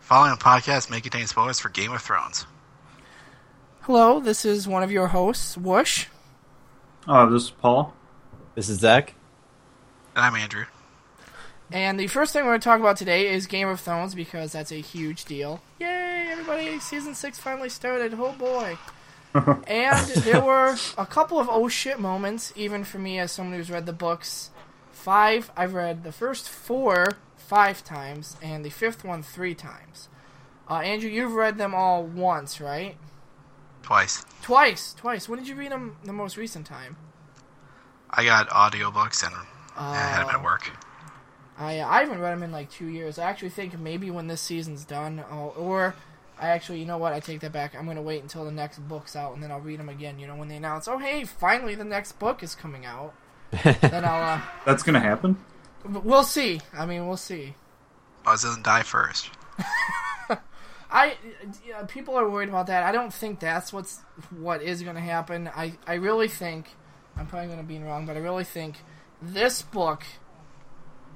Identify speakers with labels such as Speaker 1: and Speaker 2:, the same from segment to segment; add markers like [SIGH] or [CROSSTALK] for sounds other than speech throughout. Speaker 1: following podcast may contain spoilers for Game of Thrones.
Speaker 2: Hello, this is one of your hosts, Whoosh.
Speaker 3: Uh, this is Paul.
Speaker 4: This is Zach.
Speaker 1: And I'm Andrew.
Speaker 2: And the first thing we're going to talk about today is Game of Thrones because that's a huge deal. Yay, everybody! Season 6 finally started. Oh boy. and there were a couple of oh shit moments, even for me as someone who's read the books. Five, I've read the first four five times, and the fifth one three times. Uh, Andrew, you've read them all once, right?
Speaker 1: Twice.
Speaker 2: Twice, twice. When did you read them the most recent time?
Speaker 1: I got audiobooks and I had them at work.
Speaker 2: I I haven't read them in like two years. I actually think maybe when this season's done, I'll, or I actually, you know what? I take that back. I'm gonna wait until the next book's out, and then I'll read them again. You know, when they announce, oh hey, finally the next book is coming out. then I'll. Uh,
Speaker 3: That's gonna happen.
Speaker 2: but we'll see. I mean, we'll see.
Speaker 1: Oz doesn't die first.
Speaker 2: I yeah, people are worried about that. I don't think that's what's what is going to happen. I I really think I'm probably going to be wrong, but I really think this book,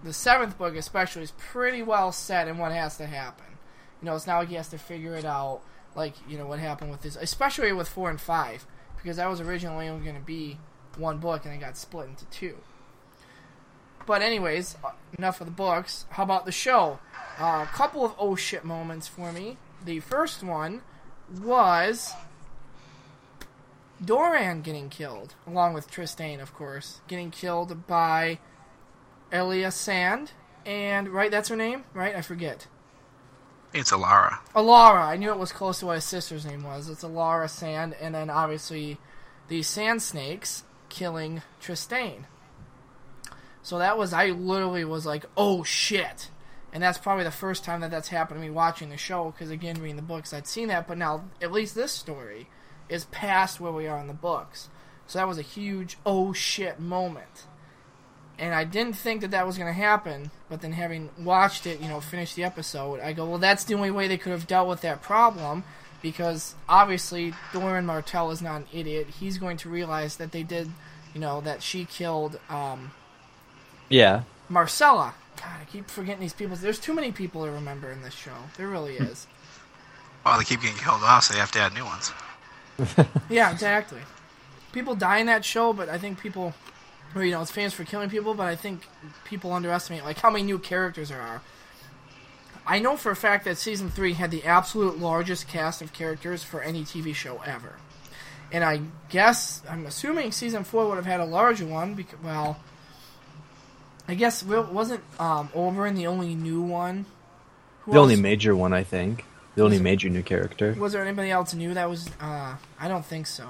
Speaker 2: the seventh book especially, is pretty well set in what has to happen. You know, it's not like he has to figure it out, like you know what happened with this, especially with four and five, because that was originally only going to be one book, and it got split into two. But anyways, uh, enough of the books. How about the show? Uh, a couple of oh shit moments for me. The first one was Doran getting killed, along with Tristane, of course, getting killed by Elia Sand. And right, that's her name, right? I forget.
Speaker 1: It's Alara.
Speaker 2: Alara. I knew it was close to what his sister's name was. It's Alara Sand, and then obviously the Sand Snakes killing Tristane. So that was I literally was like, oh shit, and that's probably the first time that that's happened to me watching the show. Because again, reading the books, I'd seen that, but now at least this story is past where we are in the books. So that was a huge oh shit moment. And I didn't think that that was going to happen, but then having watched it, you know, finish the episode, I go, well, that's the only way they could have dealt with that problem because obviously Doran Martell is not an idiot. He's going to realize that they did, you know, that she killed um,
Speaker 4: Yeah.
Speaker 2: Marcella. God, I keep forgetting these people. There's too many people to remember in this show. There really is.
Speaker 1: Well, they keep getting killed off, so they have to add new ones.
Speaker 2: yeah, exactly. People die in that show, but I think people, well, you know, it's famous for killing people, but I think people underestimate like how many new characters there are. I know for a fact that season three had the absolute largest cast of characters for any TV show ever, and I guess I'm assuming season four would have had a larger one. Because well, I guess wa- wasn't um, Oberyn the only new one? Who
Speaker 4: The
Speaker 2: else-
Speaker 4: only major one, I think. The only major new character.
Speaker 2: was there anybody else new that was? Uh, I don't think so.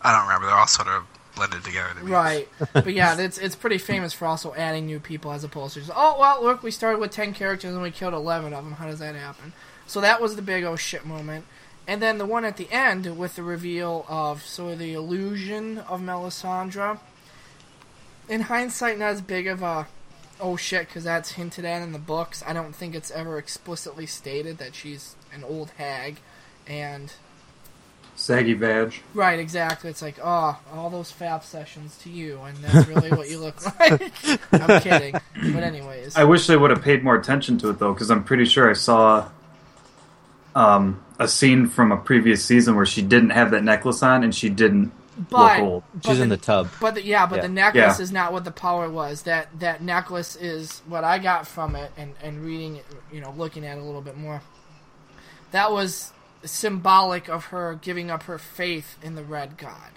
Speaker 1: I don't remember. They're all sort of blended together to me.
Speaker 2: Right. [LAUGHS] but yeah, it's it's pretty famous for also adding new people as opposed to just, oh well, look, we started with ten characters and we killed eleven of them. How does that happen? So that was the big oh shit moment, and then the one at the end with the reveal of so the illusion of Melisandre. In hindsight, not as big of a oh shit because that's hinted at in the books. I don't think it's ever explicitly stated that she's an old hag, and
Speaker 3: Saggy badge.
Speaker 2: Right, exactly. It's like, oh, all those fab sessions to you, and that's really what you look [LAUGHS] like. I'm kidding. But anyways,
Speaker 3: I wish they would have paid more attention to it though, because I'm pretty sure I saw um, a scene from a previous season where she didn't have that necklace on and she didn't
Speaker 2: but,
Speaker 3: look old.
Speaker 2: but
Speaker 4: She's in the tub.
Speaker 2: But the, yeah, but
Speaker 4: Yeah.
Speaker 2: the necklace
Speaker 3: Yeah.
Speaker 2: is not what the power was. That that necklace is what I got from it, and and reading, it, you know, looking at it a little bit more. That was symbolic of her giving up her faith in the Red God.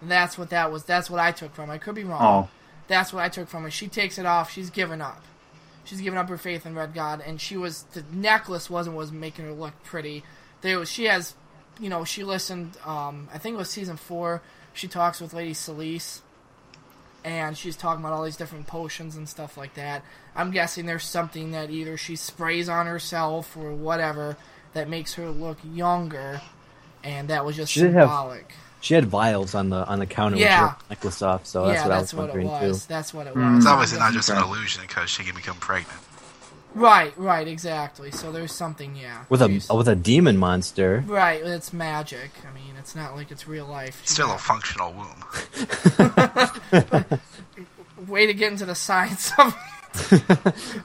Speaker 2: And that's what that was. That's what I took from. it. I could be wrong.
Speaker 3: Oh,
Speaker 2: That's what I took from her. She takes it off. She's given up. She's given up her faith in Red God, and she was the necklace wasn't what was making her look pretty. There, was- she has, you know, she listened. Um, I think it was season four. She talks with Lady Selyse, and she's talking about all these different potions and stuff like that. I'm guessing there's something that either she sprays on herself or whatever that makes her look younger, and that was just
Speaker 4: She did have-
Speaker 2: symbolic.
Speaker 4: She had vials on the on the counter
Speaker 2: Yeah.
Speaker 4: when she ripped the necklace off, so Oh, that's
Speaker 2: yeah,
Speaker 4: what
Speaker 2: that's
Speaker 4: I was
Speaker 2: what it
Speaker 4: wondering
Speaker 2: was.
Speaker 4: too.
Speaker 2: That's what it
Speaker 3: Mm.
Speaker 2: was.
Speaker 1: It's
Speaker 3: It's
Speaker 1: obviously not just an
Speaker 3: Okay.
Speaker 1: illusion because she can become pregnant.
Speaker 2: Right, right, exactly. So there's something, yeah.
Speaker 4: With
Speaker 2: There's-
Speaker 4: a with a demon monster.
Speaker 2: right, it's magic. I mean, it's not like it's real life.
Speaker 1: Still a functional womb.
Speaker 4: [LAUGHS]
Speaker 2: way to get into the science of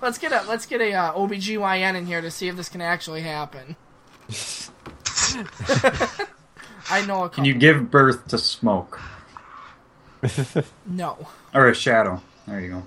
Speaker 2: Let's get a let's get a uh, OBGYN in here to see if this can actually
Speaker 4: [LAUGHS]
Speaker 2: happen. [LAUGHS] I know a couple.
Speaker 3: Can you give birth to smoke
Speaker 2: no.
Speaker 3: or a shadow? There you go.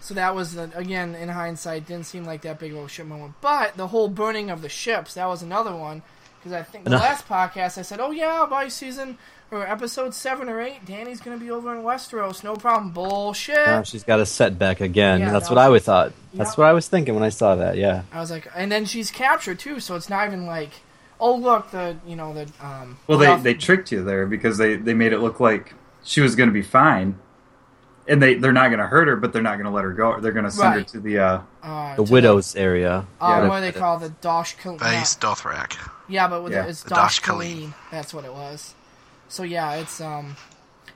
Speaker 2: So that was the, again in hindsight didn't seem like that big of a ship moment. But the whole burning of the ships that was another one because I think the
Speaker 4: No.
Speaker 2: last podcast I said, oh yeah, by season or episode seven or eight, Danny's gonna be over in Westeros, no problem. Bullshit.
Speaker 4: Oh, she's got a setback again.
Speaker 2: Yeah,
Speaker 4: That's
Speaker 2: no.
Speaker 4: what I would thought.
Speaker 2: Yeah.
Speaker 4: That's what I was thinking when I saw that. Yeah.
Speaker 2: I was like, and then she's captured too, so it's not even like, oh look, the you know the um.
Speaker 3: Well, they,
Speaker 2: Ralph-
Speaker 3: they tricked you there because they, they made it look like she was going to be fine, and they they're not going to hurt her, but they're not going to let her go. They're going to send
Speaker 2: Right.
Speaker 3: her to the uh,
Speaker 2: uh,
Speaker 4: The
Speaker 2: to-
Speaker 4: widow's area.
Speaker 2: Uh,
Speaker 3: yeah.
Speaker 2: What do they call the Dosh? Kal-
Speaker 1: Base
Speaker 2: not-
Speaker 1: Dothrak.
Speaker 2: Yeah, but with
Speaker 3: Yeah.
Speaker 2: it's
Speaker 1: The
Speaker 2: Dosh
Speaker 1: Dosh Kaleen.
Speaker 2: Kaleen. That's what it was. So yeah, it's um,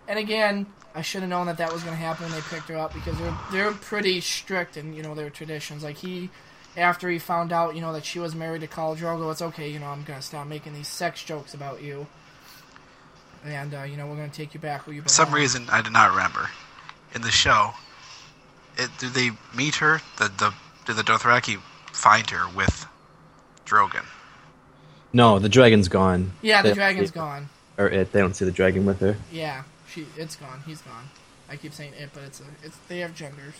Speaker 2: and again, I should have known that that was going to happen when they picked her up because they're they're pretty strict in you know their traditions. Like he, after he found out you know that she was married to Khal Drogo, it's okay, you know I'm going to stop making these sex jokes about you, and uh, you know we're going to take you back where you belong.
Speaker 1: For some reason, I did not remember. In the show, it, did they meet her? The, the did the Dothraki find her with Drogon?
Speaker 4: No, the dragon's gone.
Speaker 2: Yeah, the
Speaker 4: They-
Speaker 2: dragon's gone.
Speaker 4: Or it. They don't see the dragon with her.
Speaker 2: Yeah, she. It's gone. He's gone. I keep saying it, but it's a. It's they have genders.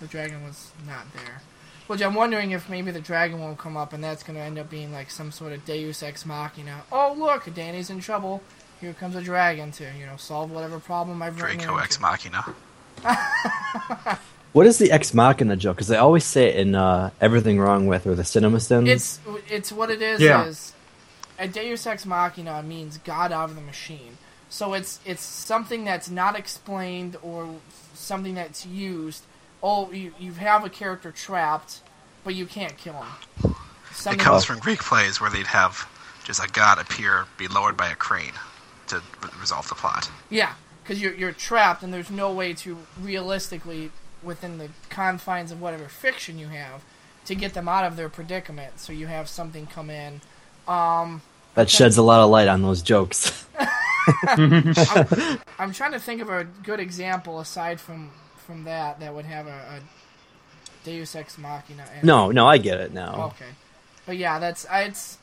Speaker 2: The dragon was not there, which I'm wondering if maybe the dragon won't come up, and that's going to end up being like some sort of Deus ex machina. Oh look, Danny's in trouble. Here comes a dragon to you know solve whatever problem I've written her
Speaker 1: Draco
Speaker 2: into.
Speaker 1: ex machina.
Speaker 4: What is the ex machina joke? Because they always say it in uh, Everything Wrong With or the Cinema Sins.
Speaker 2: It's it's what it is.
Speaker 3: Yeah.
Speaker 2: Is a Deus ex machina means God out of the machine. So it's it's something that's not explained or something that's used. Oh, you you have a character trapped, but you can't kill him.
Speaker 1: It
Speaker 2: Something
Speaker 1: comes from Greek plays where they'd have just a god appear, be lowered by a crane to re- resolve the plot.
Speaker 2: yeah, because you're you're trapped and there's no way to realistically within the confines of whatever fiction you have to get them out of their predicament. So you have something come in.
Speaker 4: that sheds a lot of light on those jokes. [LAUGHS]
Speaker 2: I'm trying to think of a good example aside from from that that would have a, a Deus Ex Machina. And,
Speaker 4: no, no, I get it now.
Speaker 2: Okay. But yeah, that's I- it's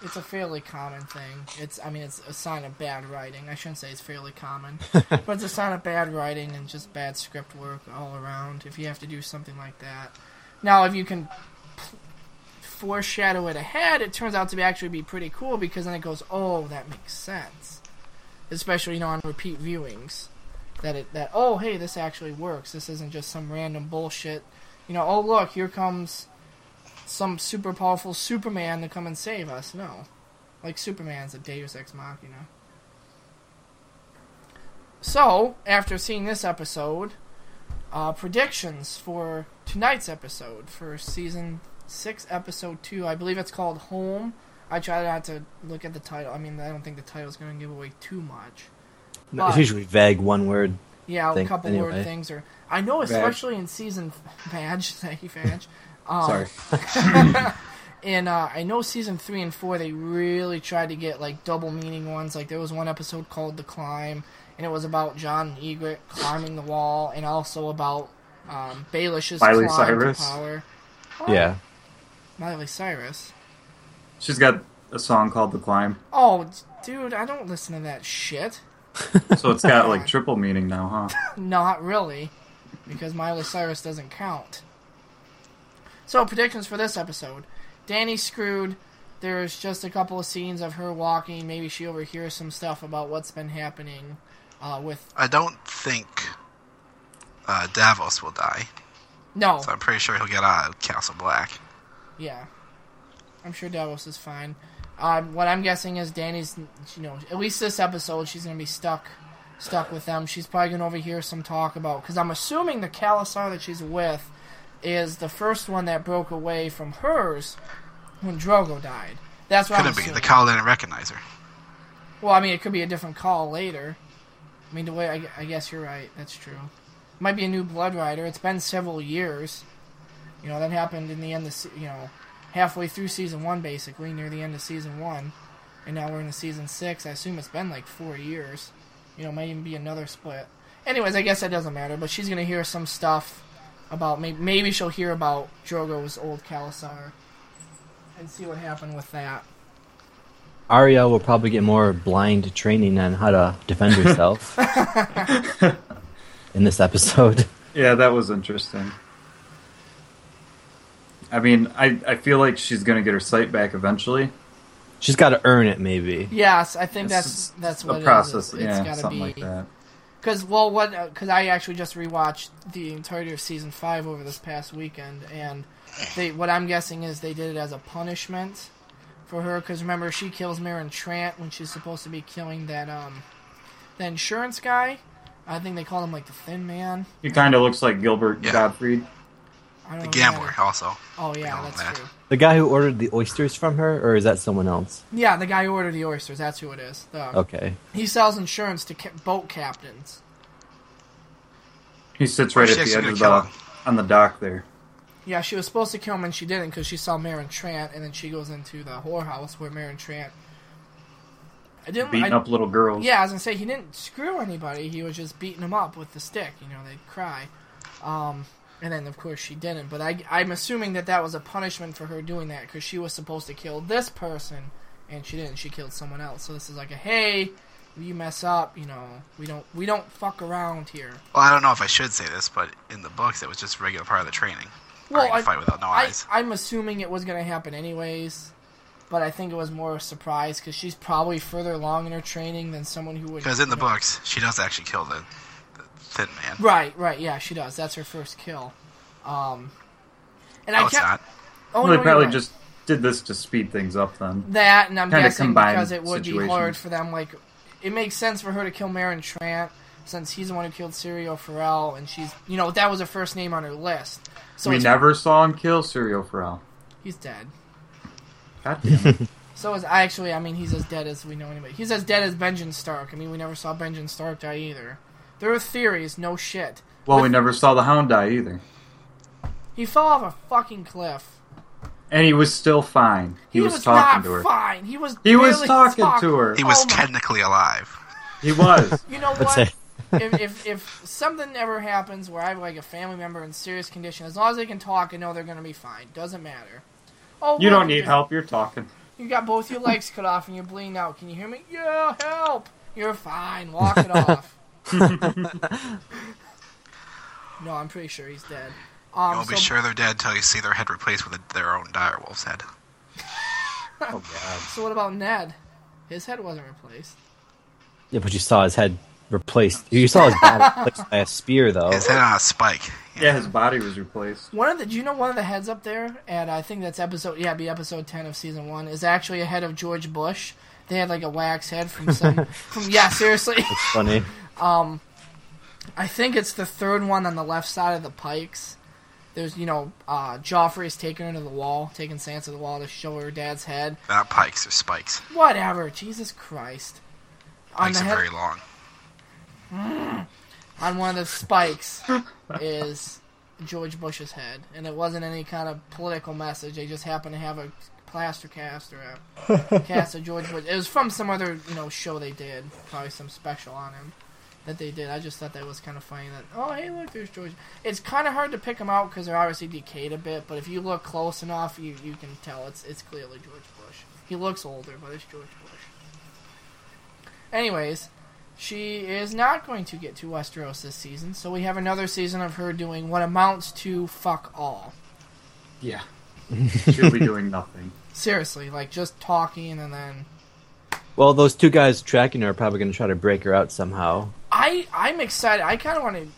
Speaker 2: it's a fairly common thing. It's I mean it's a sign of bad writing. I shouldn't say it's fairly common, but it's a sign of bad writing and just bad script work all around. If you have to do something like that, now if you can p- foreshadow it ahead, it turns out to be actually be pretty cool because then it goes, oh, that makes sense. Especially you know on repeat viewings, that it that oh hey this actually works. This isn't just some random bullshit. You know oh look here comes some super powerful Superman to come and save us. No. Like Superman's a Deus Ex Machina. So, after seeing this episode, uh, predictions for tonight's episode for season 6, episode 2. I believe it's called Home. I try not to look at the title. I mean, I don't think the title's going to give away too much.
Speaker 4: No,
Speaker 2: But-
Speaker 4: It's usually vague, one word.
Speaker 2: Yeah, a
Speaker 4: Think-
Speaker 2: couple word
Speaker 4: anyway.
Speaker 2: things. Or I know,
Speaker 3: Vag.
Speaker 2: especially in season [LAUGHS] Badge. Thank you,
Speaker 3: [LAUGHS]
Speaker 2: Badge. Um,
Speaker 3: sorry.
Speaker 2: [LAUGHS] And uh, I know season three and four, they really tried to get like double meaning ones. Like there was one episode called "The Climb," and it was about John and Egret climbing the wall, and also about um, Baelish's
Speaker 3: Miley
Speaker 2: climb
Speaker 3: Cyrus?
Speaker 2: to power.
Speaker 4: Yeah.
Speaker 2: Miley Cyrus.
Speaker 3: She's got a song called "The Climb,"
Speaker 2: Oh, dude, I don't listen to that shit.
Speaker 3: so it's
Speaker 2: [LAUGHS]
Speaker 3: got like triple meaning now, huh?
Speaker 2: Not really, because Miley Cyrus doesn't count. So predictions for this episode: Danny screwed. There's just a couple of scenes of her walking. Maybe she overhears some stuff about what's been happening uh, with.
Speaker 1: I don't think uh, Davos will die,
Speaker 2: No,
Speaker 1: so I'm pretty sure he'll get out of Castle Black.
Speaker 2: yeah, I'm sure Davos is fine. Um, what I'm guessing is Danny's. You know, at least this episode, she's gonna be stuck, stuck with them. She's probably gonna overhear some talk about because I'm assuming the Kalasar that she's with is the first one that broke away from hers when Drogo died. That's what
Speaker 1: Could
Speaker 2: I'm
Speaker 1: it be? The
Speaker 2: assuming.
Speaker 1: call didn't recognize her.
Speaker 2: Well, I mean, it could be a different call later. I mean, the way I, I guess you're right. That's true. Might be a new Blood Rider. It's been several years. You know that happened in the end of se- you know halfway through season one, basically near the end of season one, and now we're in the season six. I assume it's been like four years. You know, might even be another split. Anyways, I guess that doesn't matter. But she's gonna hear some stuff about maybe, maybe she'll hear about Drogo's old Kalasar and see what happened with that.
Speaker 4: Ariel will probably get more blind training on how to
Speaker 2: [LAUGHS]
Speaker 4: defend herself in this episode.
Speaker 3: Yeah, that was interesting. I mean, I, I feel like she's going to get her sight back eventually.
Speaker 4: She's got to earn it, maybe.
Speaker 2: Yes, I think
Speaker 3: It's
Speaker 2: that's that's what
Speaker 3: a
Speaker 2: it
Speaker 3: process.
Speaker 2: is. It's
Speaker 3: yeah,
Speaker 2: gotta
Speaker 3: something
Speaker 2: be
Speaker 3: like that.
Speaker 2: Because well, what? Because I actually just rewatched the entirety of season five over this past weekend, and they what I'm guessing is they did it as a punishment for her. Because remember, she kills Marin Trant when she's supposed to be killing that um the insurance guy. I think they call him like the Thin Man.
Speaker 3: He kind of looks like Gilbert
Speaker 1: Yeah.
Speaker 3: Gottfried.
Speaker 2: I don't
Speaker 1: The
Speaker 2: know
Speaker 1: gambler also.
Speaker 2: Oh yeah,
Speaker 1: call him
Speaker 2: that's
Speaker 1: that.
Speaker 2: true.
Speaker 4: The guy who ordered the oysters from her, or is that someone else?
Speaker 2: Yeah, the guy who ordered the oysters. That's who it is. The,
Speaker 4: Okay.
Speaker 2: He sells insurance to ca- boat captains.
Speaker 3: He sits right
Speaker 1: She's
Speaker 3: at the edge
Speaker 1: actually
Speaker 3: of
Speaker 1: gonna
Speaker 3: the on the dock there.
Speaker 2: Yeah, she was supposed to kill him and she didn't because she saw Marin Trant, and then she goes into the whorehouse where Marin Trant. I didn't.
Speaker 3: beating
Speaker 2: I,
Speaker 3: up little girls.
Speaker 2: Yeah, I was gonna say he didn't screw anybody. He was just beating him up with the stick. You know, they'd cry. Um, and then of course she didn't. But I, I'm assuming that that was a punishment for her doing that because she was supposed to kill this person and she didn't. She killed someone else. So this is like a hey, if you mess up, you know, we don't we don't fuck around here.
Speaker 1: Well, I don't know if I should say this, but in the books, it was just a regular part of the training.
Speaker 2: Well,
Speaker 1: Learning to
Speaker 2: I-
Speaker 1: fight without no
Speaker 2: I,
Speaker 1: eyes.
Speaker 2: I'm assuming it was going to happen anyways, but I think it was more a surprise because she's probably further along in her training than someone who would.
Speaker 1: Because in the books, she does actually kill the, the thin man.
Speaker 2: Right, right, yeah, she does. That's her first kill. Um, and
Speaker 1: No,
Speaker 2: I
Speaker 1: it's
Speaker 2: kept.
Speaker 1: not.
Speaker 2: Oh,
Speaker 3: Well, they
Speaker 2: no,
Speaker 3: probably
Speaker 2: you're right.
Speaker 3: just did this to speed things up then.
Speaker 2: that, and I'm
Speaker 3: kinda
Speaker 2: guessing
Speaker 3: combined
Speaker 2: because it would be hard
Speaker 3: situations.
Speaker 2: for them. Like, it makes sense for her to kill Marin Trant since he's the one who killed Serial Pharrell, and she's, you know, that was her first name on her list. So
Speaker 3: we
Speaker 2: it's-
Speaker 3: never saw him kill Serial Pharrell.
Speaker 2: he's dead.
Speaker 3: God damn it.
Speaker 2: So is actually, I mean, he's as dead as we know anybody. He's as dead as Benjamin Stark. I mean, we never saw Benjamin Stark die either. There are theories, no shit.
Speaker 3: Well,
Speaker 2: [LAUGHS]
Speaker 3: we never saw the Hound die either.
Speaker 2: He fell off a fucking cliff.
Speaker 3: And he was still fine. He, was, talking
Speaker 2: not
Speaker 3: to her.
Speaker 2: fine. He was.
Speaker 3: He was
Speaker 2: barely
Speaker 3: talking to her.
Speaker 1: He was
Speaker 2: Oh my-
Speaker 1: technically alive.
Speaker 2: [LAUGHS]
Speaker 3: He was.
Speaker 2: You know
Speaker 4: Let's
Speaker 2: what?
Speaker 4: say.
Speaker 2: [LAUGHS] if, if if something ever happens where I have like a family member in serious condition, as long as they can talk and know they're gonna be fine, doesn't matter. Oh,
Speaker 3: You
Speaker 2: look,
Speaker 3: don't need help. You're talking.
Speaker 2: You got both your legs cut off and you're bleeding out. Can you hear me? Yeah, help! You're fine. Walk it off. no, I'm pretty sure he's dead.
Speaker 1: You
Speaker 2: Um,
Speaker 1: won't be
Speaker 2: so,
Speaker 1: sure they're dead until you see their head replaced with a, their own direwolf's head.
Speaker 3: Oh God.
Speaker 2: so what about Ned? His head wasn't replaced.
Speaker 4: Yeah, but you saw his head replaced. You saw his
Speaker 2: [LAUGHS]
Speaker 4: body replaced by a spear, though.
Speaker 1: His head on a uh, spike.
Speaker 3: Yeah, his body was replaced.
Speaker 2: One of the, do you know one of the heads up there? And I think that's episode, yeah, it'd be episode ten of season one is actually a head of George Bush. They had like a wax head from some, from yeah, seriously.
Speaker 4: Funny.
Speaker 2: I think it's the third one on the left side of the pikes. There's, you know, uh, Joffrey's taking her to the wall, taking Sansa to the wall to show her dad's head.
Speaker 1: They're not pikes, they're spikes.
Speaker 2: Whatever, Jesus Christ. On
Speaker 1: Pikes
Speaker 2: the
Speaker 1: are
Speaker 2: head,
Speaker 1: very long.
Speaker 2: on one of the spikes is George Bush's head, and it wasn't any kind of political message. They just happened to have a plaster cast or a cast of George Bush. It was from some other, you know, show they did, probably some special on him that they did. I just thought that was kind of funny. That oh hey look, there's George. It's kind of hard to pick them out because they're obviously decayed a bit, but if you look close enough, you you can tell it's it's clearly George Bush. He looks older, but it's George Bush. Anyways, she is not going to get to Westeros this season, so we have another season of her doing what amounts to fuck all.
Speaker 3: Yeah. She'll be doing nothing.
Speaker 2: Seriously, like just talking and then
Speaker 4: Well, those two guys tracking her are probably going to try to break her out somehow.
Speaker 2: I I'm excited. I kind of want to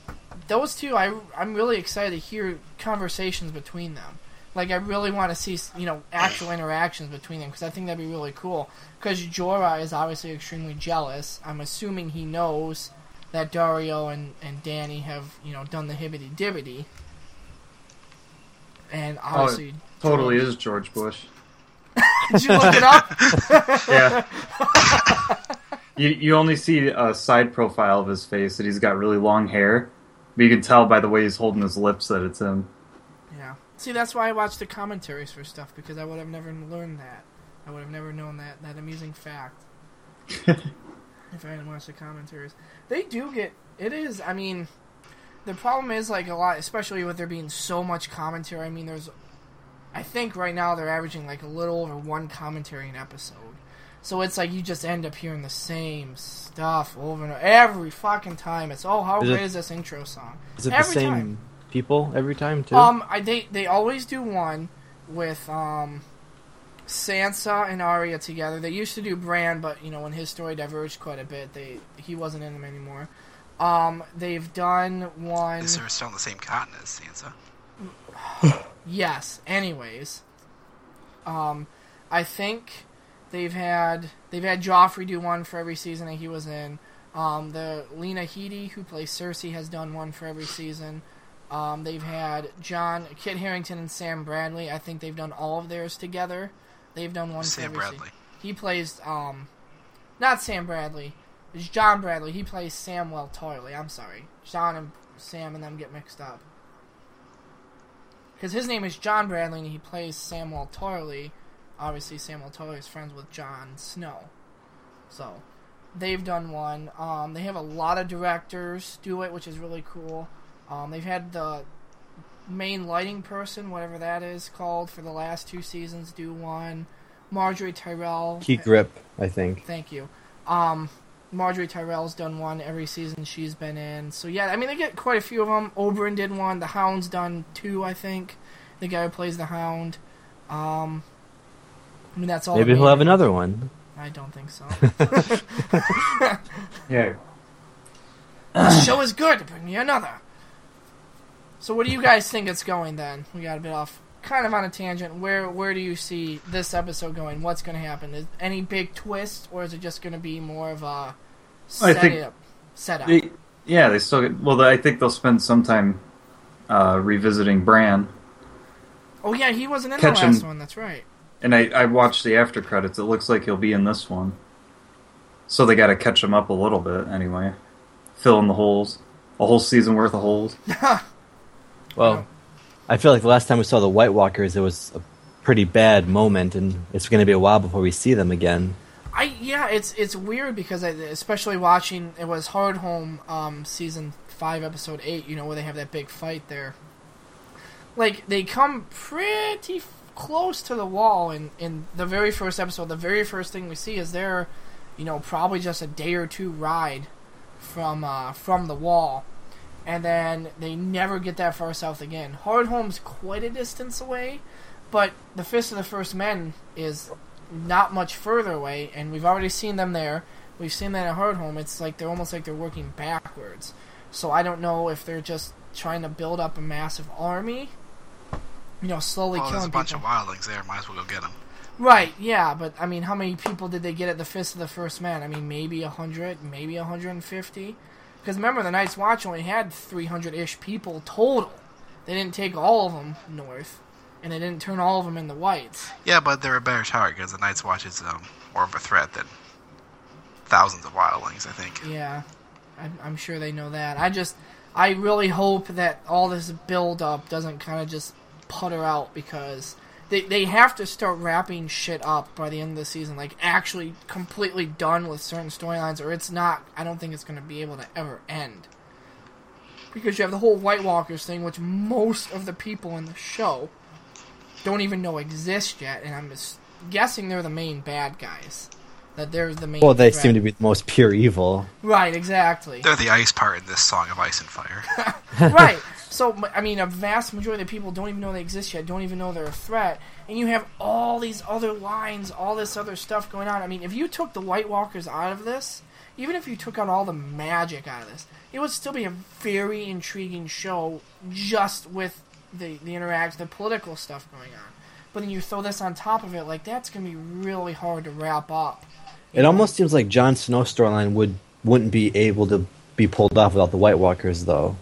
Speaker 2: those two. I I'm really excited to hear conversations between them. Like I really want to see you know actual interactions between them because I think that'd be really cool. Because Jorah is obviously extremely jealous. I'm assuming he knows that Dario and and Danny have you know done the hibbity dibbity. And obviously,
Speaker 3: Oh, Totally is George Bush.
Speaker 2: [LAUGHS] did you look it up?
Speaker 3: Yeah. you you only see a side profile of his face that he's got really long hair, but you can tell by the way he's holding his lips that it's him.
Speaker 2: Yeah. See, that's why I watch the commentaries for stuff because I would
Speaker 4: [LAUGHS]
Speaker 2: have never learned that. I would have never known that that amusing fact. if I didn't watch the commentaries. They do get it is. I mean, the problem is like a lot, especially with there being so much commentary. I mean, there's, I think right now they're averaging like a little over one commentary an episode. So it's like you just end up hearing the same stuff over and over. every fucking time. It's oh, how
Speaker 4: Is
Speaker 2: is
Speaker 4: it-
Speaker 2: this intro song?
Speaker 4: Is it
Speaker 2: every
Speaker 4: the same
Speaker 2: time.
Speaker 4: people every time too?
Speaker 2: Um, I they they always do one with um, Sansa and Arya together. They used to do Bran, but you know when his story diverged quite a bit, they he wasn't in them anymore. Um, they've done one.
Speaker 1: Is there still on the same continent uh, as Sansa?
Speaker 2: Yes. Anyways, um, I think they've had they've had Joffrey do one for every season that he was in. Um, the Lena Headey who plays Cersei has done one for every season. Um, they've had John Kit Harrington and Sam Bradley. I think they've done all of theirs together. They've done one.
Speaker 1: Sam
Speaker 2: for every se-
Speaker 1: Bradley.
Speaker 2: He plays um, not Sam Bradley. It's John Bradley. He plays Samwell Tarly. I'm sorry, John and Sam and them get mixed up because his name is John Bradley and he plays Samuel Tarly. Obviously, Samuel Tarly is friends with John Snow, so they've done one. Um, they have a lot of directors do it, which is really cool. Um, they've had the main lighting person, whatever that is called, for the last two seasons do one. Marjorie Tyrell.
Speaker 4: Key grip, I think.
Speaker 2: Thank you. Um, Marjorie Tyrell's done one every season she's been in. So yeah, I mean they get quite a few of them. Oberyn did one. The Hound's done two, I think. The guy who plays the Hound. Um, I mean that's all.
Speaker 4: Maybe
Speaker 2: the
Speaker 4: he'll
Speaker 2: main-
Speaker 4: have another one.
Speaker 2: I don't think so.
Speaker 3: Yeah.
Speaker 4: [LAUGHS]
Speaker 2: this show is good. Bring me another. So what do you guys think it's going then? We got a bit off, kind of on a tangent. Where where do you see this episode going? What's going to happen? Is any big twist, or is it just going to be more of a
Speaker 3: I
Speaker 2: setup?
Speaker 3: think-
Speaker 2: setup.
Speaker 3: They, yeah, they still get. Well, I think they'll spend some time uh, revisiting Bran.
Speaker 2: Oh yeah, he wasn't in
Speaker 3: Catch
Speaker 2: the last
Speaker 3: him.
Speaker 2: one. That's right.
Speaker 3: And I, I watched the after credits. It looks like he'll be in this one. So they got to catch him up a little bit anyway. Fill in the holes. A whole season worth of holes.
Speaker 4: Well, I feel like the last time we saw the White Walkers, it was a pretty bad moment, and it's going to be a while before we see them again.
Speaker 2: I yeah, it's it's weird because I, especially watching it was Hard Home um, season five episode eight. You know where they have that big fight there. Like they come pretty f- close to the wall in in the very first episode. The very first thing we see is they're, you know, probably just a day or two ride from uh, from the wall, and then they never get that far south again. Hard Home's quite a distance away, but the Fist of the First Men is not much further away, and we've already seen them there. We've seen that at Hard Home. It's like they're almost like they're working backwards. So I don't know if they're just trying to build up a massive army. You know, slowly
Speaker 1: oh, there's
Speaker 2: killing
Speaker 1: a bunch
Speaker 2: people.
Speaker 1: of wildlings there. Might as well go get them.
Speaker 2: Right, yeah, but I mean, how many people did they get at the Fist of the First Man? I mean, maybe 100, maybe 150? Because remember, the Night's Watch only had 300 ish people total. They didn't take all of them north, and they didn't turn all of them into whites.
Speaker 1: Yeah, but they're a better target because the Night's Watch is um, more of a threat than thousands of wildlings. I think.
Speaker 2: Yeah, I'm, I'm sure they know that. I just, I really hope that all this build up doesn't kind of just putter out because they, they have to start wrapping shit up by the end of the season, like actually completely done with certain storylines, or it's not. I don't think it's going to be able to ever end because you have the whole White Walkers thing, which most of the people in the show don't even know exist yet, and I'm just guessing they're the main bad guys. That they're the main.
Speaker 4: Well, they
Speaker 2: threat.
Speaker 4: seem to be the most pure evil.
Speaker 2: Right, exactly.
Speaker 1: They're the ice part in this song of Ice and
Speaker 2: [LAUGHS]
Speaker 1: Fire.
Speaker 2: right. So, m- I mean, a vast majority of people don't even know they exist yet, don't even know they're a threat. And you have all these other lines, all this other stuff going on. I mean, if you took the White Walkers out of this, even if you took out all the magic out of this, it would still be a very intriguing show just with the, the interact, the political stuff going on. But then you throw this on top of it, like, that's going to be really hard to wrap up.
Speaker 4: It almost seems like Jon Snow's storyline would wouldn't be able to be pulled off without the White Walkers, though.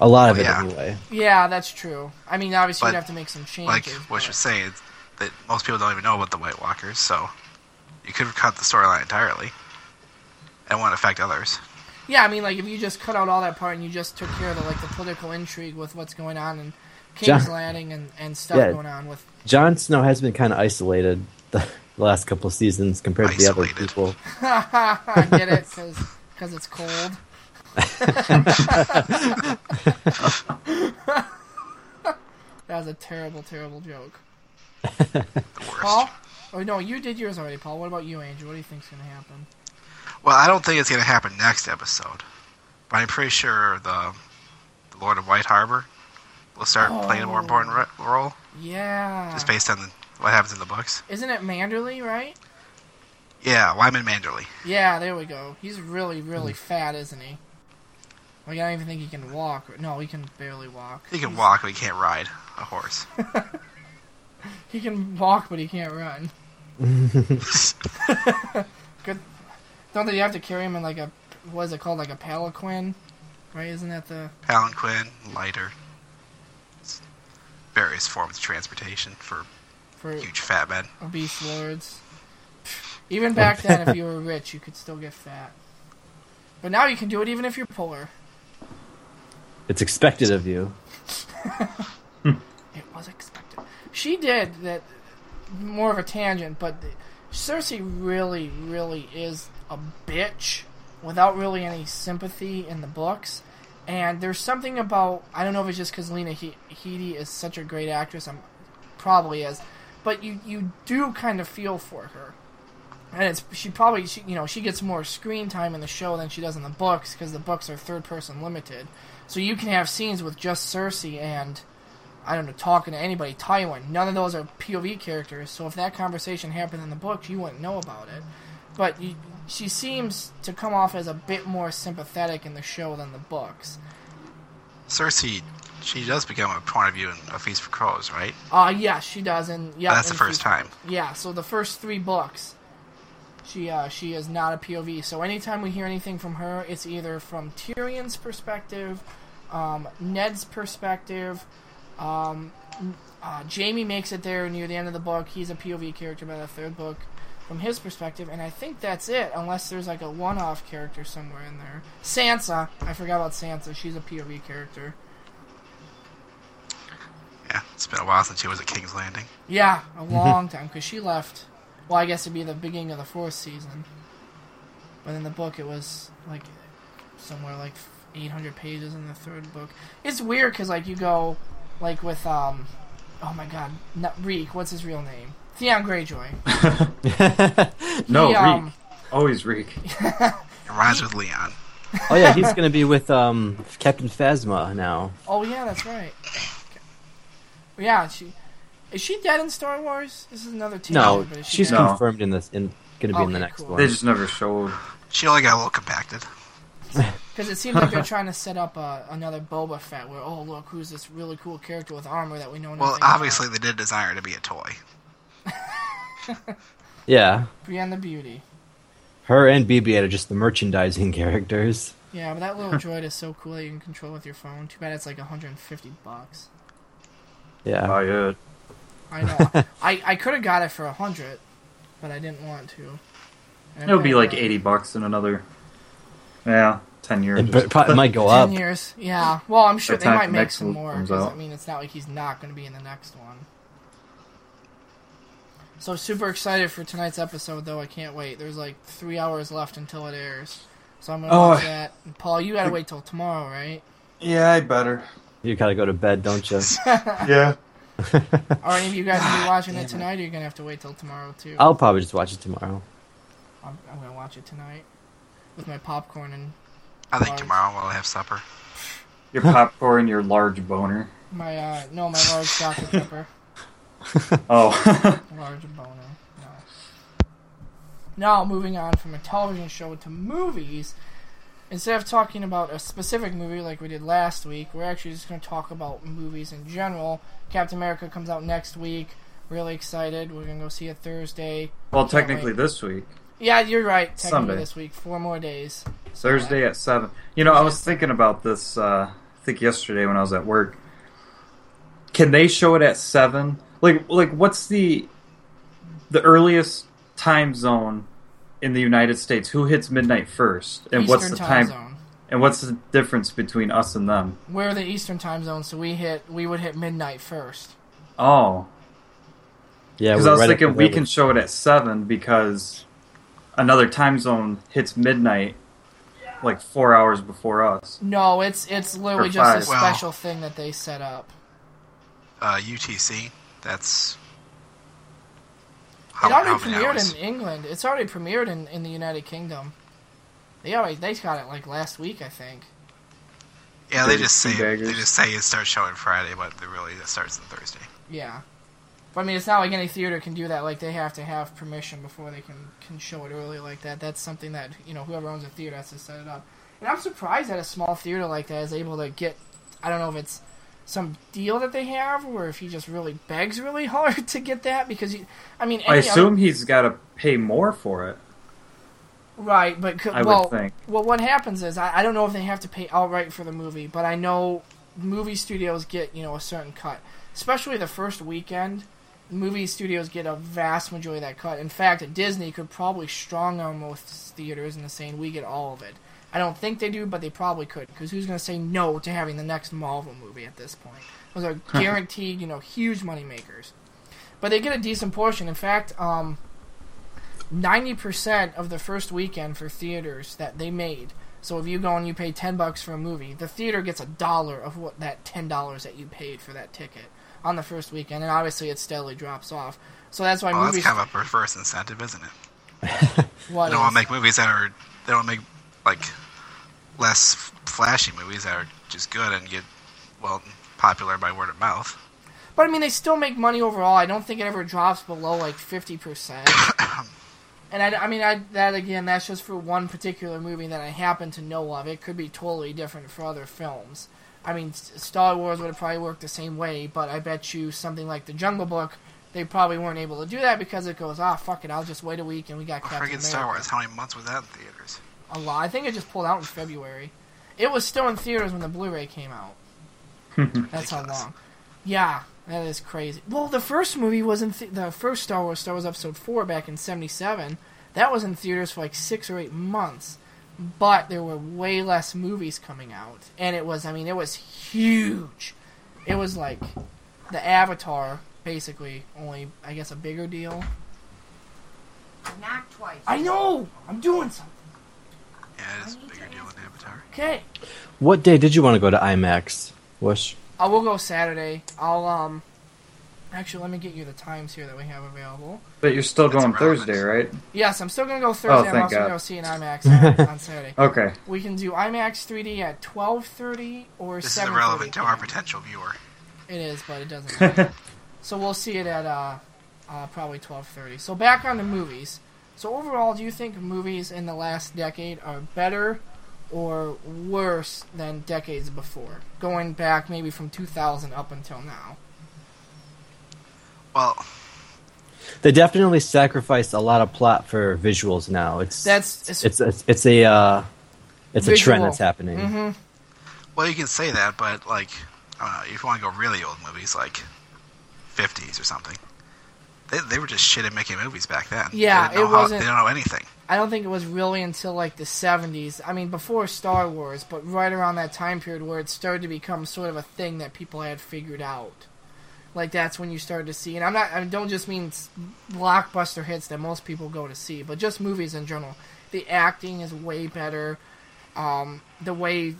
Speaker 4: A lot of it,
Speaker 1: Yeah.
Speaker 4: anyway.
Speaker 2: Yeah, that's true. I mean, obviously,
Speaker 1: But,
Speaker 2: you'd have to make some changes.
Speaker 1: like what
Speaker 2: but-
Speaker 1: you're saying, it's that most people don't even know about the White Walkers, so you could have cut the storyline entirely. It won't affect others.
Speaker 2: Yeah, I mean, like if you just cut out all that part and you just took care of the, like the political intrigue with what's going on in King's
Speaker 4: John-
Speaker 2: Landing and, and stuff
Speaker 4: Yeah.
Speaker 2: going on with [LAUGHS]
Speaker 4: Jon Snow has been kind of isolated the, [LAUGHS] the last couple of seasons compared to the other
Speaker 1: Isolated.
Speaker 4: people.
Speaker 2: I get it because it's cold. [LAUGHS] that was a terrible, terrible joke.
Speaker 1: The worst.
Speaker 2: Paul? Oh no, you did yours already, Paul. What about you, Andrew? What do you think's gonna happen?
Speaker 1: Well, I don't think it's going to happen next episode, but I'm pretty sure the, the Lord of White Harbor will start playing a more important re- role,
Speaker 2: Yeah.
Speaker 1: just based on what happens in the books.
Speaker 2: Isn't it Manderley, right?
Speaker 1: Yeah, Wyman Manderley.
Speaker 2: Yeah, there we go. He's really, really fat, isn't he? Like I don't even think he can walk. No, he can barely walk.
Speaker 1: He can
Speaker 2: He's-
Speaker 1: walk, but he can't ride a horse.
Speaker 2: He can walk, but he can't run. [LAUGHS] Good. Don't they have to carry him in like a what is it called, like a palanquin? Right? Isn't that the
Speaker 1: Palanquin, lighter, It's various forms of transportation for
Speaker 2: for
Speaker 1: huge fat men.
Speaker 2: obese lords? Even back then, if you were rich, you could still get fat. But now you can do it even if you're poor.
Speaker 4: It's expected of you.
Speaker 2: It was expected. She did that. More of a tangent, but Cersei really, really is a bitch without really any sympathy in the books. And there's something about I don't know if it's just because Lena he- Headey is such a great actress. I'm probably is, but you you do kind of feel for her. And it's she probably she, you know she gets more screen time in the show than she does in the books because the books are third person limited, so you can have scenes with just Cersei and I don't know, talking to anybody, Tywin. None of those are POV characters, so if that conversation happened in the book, you wouldn't know about it. But you, she seems to come off as a bit more sympathetic in the show than the books.
Speaker 1: Cersei, she does become a point of view in A Feast for Crows, right?
Speaker 2: Uh, yeah, she does, and yeah,
Speaker 1: That's the
Speaker 2: and
Speaker 1: first
Speaker 2: she-
Speaker 1: time.
Speaker 2: Yeah, so the first three books, she uh, she is not a POV. So anytime we hear anything from her, it's either from Tyrion's perspective, um, Ned's perspective. Um, n- uh, Jamie makes it there near the end of the book. He's a POV character by the third book, from his perspective, and I think that's it. Unless there's like a one-off character somewhere in there. Sansa, I forgot about Sansa. She's a POV character.
Speaker 1: Yeah, it's been a while since she was at King's Landing.
Speaker 2: Yeah,
Speaker 4: [LAUGHS]
Speaker 2: a long time because she left. Well, I guess it'd be the beginning of the fourth season. But in the book, it was like somewhere like 800 pages in the third book. It's weird because like you go like with um, oh my god, not Reek. What's his real name? Theon
Speaker 4: [LAUGHS]
Speaker 2: Greyjoy.
Speaker 3: No,
Speaker 2: He, um,
Speaker 3: Reek. Always Reek.
Speaker 1: It rhymes with Leon.
Speaker 4: Oh yeah, he's gonna be with um, Captain Phasma now.
Speaker 2: Oh yeah, that's right. Yeah, she is she dead in Star Wars? This is another team.
Speaker 4: No,
Speaker 2: but is she
Speaker 4: she's
Speaker 2: dead?
Speaker 3: No.
Speaker 4: confirmed in this. In gonna be in the
Speaker 2: Okay,
Speaker 4: next
Speaker 2: cool.
Speaker 3: They
Speaker 4: one.
Speaker 3: just never showed.
Speaker 1: She only got a little compacted.
Speaker 2: Because it seems like
Speaker 3: [LAUGHS]
Speaker 2: they're trying to set up uh, another Boba Fett, where oh look, who's this really cool character with armor that we know.
Speaker 1: Well,
Speaker 2: nothing about.
Speaker 1: obviously they did desire her to be a toy.
Speaker 4: Yeah,
Speaker 2: Brienne the Beauty.
Speaker 4: her and BB-8 are just the merchandising [LAUGHS] characters.
Speaker 2: Yeah, but that
Speaker 3: [LAUGHS]
Speaker 2: little droid is so cool that you can control with your phone. Too bad it's like 150 bucks.
Speaker 4: Yeah,
Speaker 3: Oh, yeah. [LAUGHS]
Speaker 2: I know. I, I could have got it for a hundred, but I didn't want to. And
Speaker 3: It'll be like
Speaker 2: uh,
Speaker 3: 80 bucks in another. Yeah, 10 years.
Speaker 4: it, but, probably might go
Speaker 2: Ten
Speaker 4: up.
Speaker 2: years. Yeah. Well, I'm sure
Speaker 3: By the
Speaker 2: they
Speaker 3: time
Speaker 2: might make
Speaker 3: next
Speaker 2: some
Speaker 3: one
Speaker 2: more.
Speaker 3: comes
Speaker 2: 'cause,
Speaker 3: out.
Speaker 2: I mean, it's not like he's not going to be in the next one. So super excited for tonight's episode, though. I can't wait. There's like three hours left until it airs, so I'm gonna
Speaker 3: Oh.
Speaker 2: watch that. And Paul, you gotta wait till tomorrow, right?
Speaker 3: Yeah, I better.
Speaker 4: You gotta go to bed, don't
Speaker 3: [LAUGHS]
Speaker 4: you?
Speaker 3: Yeah.
Speaker 2: Are any of you guys
Speaker 3: [LAUGHS] Ah,
Speaker 2: gonna be watching it tonight, or you're gonna have to wait till tomorrow too?
Speaker 4: I'll probably just watch it tomorrow.
Speaker 2: I'm, I'm gonna watch it tonight with my popcorn and
Speaker 1: I think
Speaker 2: Nice.
Speaker 1: tomorrow we'll have supper.
Speaker 3: Your popcorn, your large boner.
Speaker 2: my uh, no, my large
Speaker 3: [LAUGHS]
Speaker 2: Dr pepper.
Speaker 3: Oh. [LAUGHS]
Speaker 2: large boner. No. Now, moving on from a television show to movies, instead of talking about a specific movie like we did last week, we're actually just going to talk about movies in general. Captain America comes out next week. Really excited. We're going to go see it Thursday.
Speaker 3: well, technically this week.
Speaker 2: Yeah, you're right. Technically
Speaker 3: Sunday.
Speaker 2: this week. Four more days. So, uh,
Speaker 3: Thursday at 7. You know, I was thinking about this, uh, I think yesterday when I was at work. Can they show it at 7? Like, like what's the the earliest time zone in the United States? Who hits midnight first? And what's the
Speaker 2: Eastern
Speaker 3: time,
Speaker 2: zone.
Speaker 3: and what's the difference between us and them?
Speaker 2: We're the Eastern time zone, so we hit. We would hit midnight first.
Speaker 3: Oh.
Speaker 4: Yeah,
Speaker 3: Because
Speaker 4: we're
Speaker 3: I was
Speaker 4: right up
Speaker 3: thinking
Speaker 4: there
Speaker 3: we
Speaker 4: with-
Speaker 3: can show it at seven because another time zone hits midnight, like four hours before us.
Speaker 2: No, it's it's literally
Speaker 3: For
Speaker 2: just a
Speaker 3: five.
Speaker 1: Well-
Speaker 2: special thing that they set up.
Speaker 1: Uh, UTC. That's how,
Speaker 2: It already
Speaker 1: how many hours?
Speaker 2: premiered in England. It's already premiered in, in the United Kingdom. They already they got it like last week, I think.
Speaker 1: yeah, they
Speaker 3: Dirty
Speaker 1: just say
Speaker 3: Teabaggers.
Speaker 1: they just say it starts showing Friday, but it really it starts on Thursday.
Speaker 2: Yeah, but I mean, it's not like any theater can do that. Like they have to have permission before they can can show it early like that. That's something that you know whoever owns a theater has to set it up. And I'm surprised that a small theater like that is able to get. I don't know if it's some deal that they have, or if he just really begs really [LAUGHS] hard to get that because you. I mean,
Speaker 3: I
Speaker 2: any other-
Speaker 3: assume he's got to pay more for it.
Speaker 2: Right, but c-
Speaker 3: I would
Speaker 2: well,
Speaker 3: think.
Speaker 2: well, what happens is I, I don't know if they have to pay outright for the movie, but I know movie studios get you know a certain cut, especially the first weekend. Movie studios get a vast majority of that cut. In fact, Disney could probably strong arm most theaters into saying we get all of it. I don't think they do, but they probably could, because who's going to say no to having the next Marvel movie at this point? Those are guaranteed, you know, huge money makers. But they get a decent portion. In fact, um, ninety percent of the first weekend for theaters that they made. So if you go and you pay ten bucks for a movie, the theater gets a dollar of what that ten dollars that you paid for that ticket on the first weekend, and obviously it steadily drops off. So that's why
Speaker 1: Well, Oh, that's
Speaker 2: movies.
Speaker 1: kind of a perverse incentive, isn't it?
Speaker 2: what
Speaker 1: They don't want
Speaker 2: is-
Speaker 1: to make movies that are they don't make like less flashy movies that are just good and get well popular by word of mouth.
Speaker 2: But I mean, they still make money overall. I don't think it ever drops below like fifty percent. [COUGHS] And I, I mean, I, that again, that's just for one particular movie that I happen to know of. It could be totally different for other films. I mean, S- Star Wars would have probably worked the same way, but I bet you something like The Jungle Book, they probably weren't able to do that because it goes, ah, fuck it, I'll just wait a week and we got Captain
Speaker 1: Friggin'
Speaker 2: America.
Speaker 1: Star Wars. How many months was that in theaters?
Speaker 2: A lot. I think it just pulled out in February. It was still in theaters when the Blu-ray came out. That's how
Speaker 1: Ridiculous.
Speaker 2: long. Yeah, that is crazy. Well, the first movie was in th- the first Star Wars, Star Wars Episode Four, back in '77. That was in theaters for like six or eight months, but there were way less movies coming out, and it was, I mean, it was huge. It was like the Avatar, basically, only I guess a bigger deal.
Speaker 5: Knock twice.
Speaker 2: I know. I'm doing something.
Speaker 1: Yeah, it is a bigger deal than Avatar.
Speaker 2: Okay.
Speaker 4: What day did you want to go to IMAX? Wish.
Speaker 2: I will go Saturday. I'll um. Actually, let me get you the times here that we have available.
Speaker 3: But you're still
Speaker 1: That's
Speaker 3: going
Speaker 1: relevant.
Speaker 3: Thursday, right?
Speaker 2: Yes, I'm still gonna go Thursday. I'm
Speaker 3: Oh, thank
Speaker 2: also
Speaker 3: God. Uh,
Speaker 2: gonna go see an IMAX [LAUGHS] on, on Saturday.
Speaker 3: Okay.
Speaker 2: We can do IMAX 3D at 12:30 or
Speaker 1: This is
Speaker 2: 7:30
Speaker 1: irrelevant to our
Speaker 2: p.m.
Speaker 1: potential viewer.
Speaker 2: It is, but it doesn't.
Speaker 3: [LAUGHS]
Speaker 2: matter. so we'll see it at uh, uh, probably 12:30. So back on the movies. So overall, do you think movies in the last decade are better or worse than decades before? Going back maybe from 2000 up until now.
Speaker 1: Well,
Speaker 4: They definitely sacrifice a lot of plot for visuals now. It's
Speaker 2: That's-
Speaker 4: it's it's, it's, a uh, it's a trend
Speaker 2: Visual. Mm-hmm.
Speaker 4: that's happening.
Speaker 1: well, you can say that, but like, I don't know. If you want to go really old movies, like '50s or something, they they were just shit at making movies back then. They
Speaker 2: Yeah,
Speaker 1: didn't know
Speaker 2: it
Speaker 1: how-
Speaker 2: wasn't-
Speaker 1: They don't know anything.
Speaker 2: I don't think it was really until like the 70s. I mean, before Star Wars, but right around that time period where it started to become sort of a thing that people had figured out. Like that's when you started to see, and I'm not. I don't just mean s- blockbuster hits that most people go to see, but just movies in general. The acting is way better. Um, the way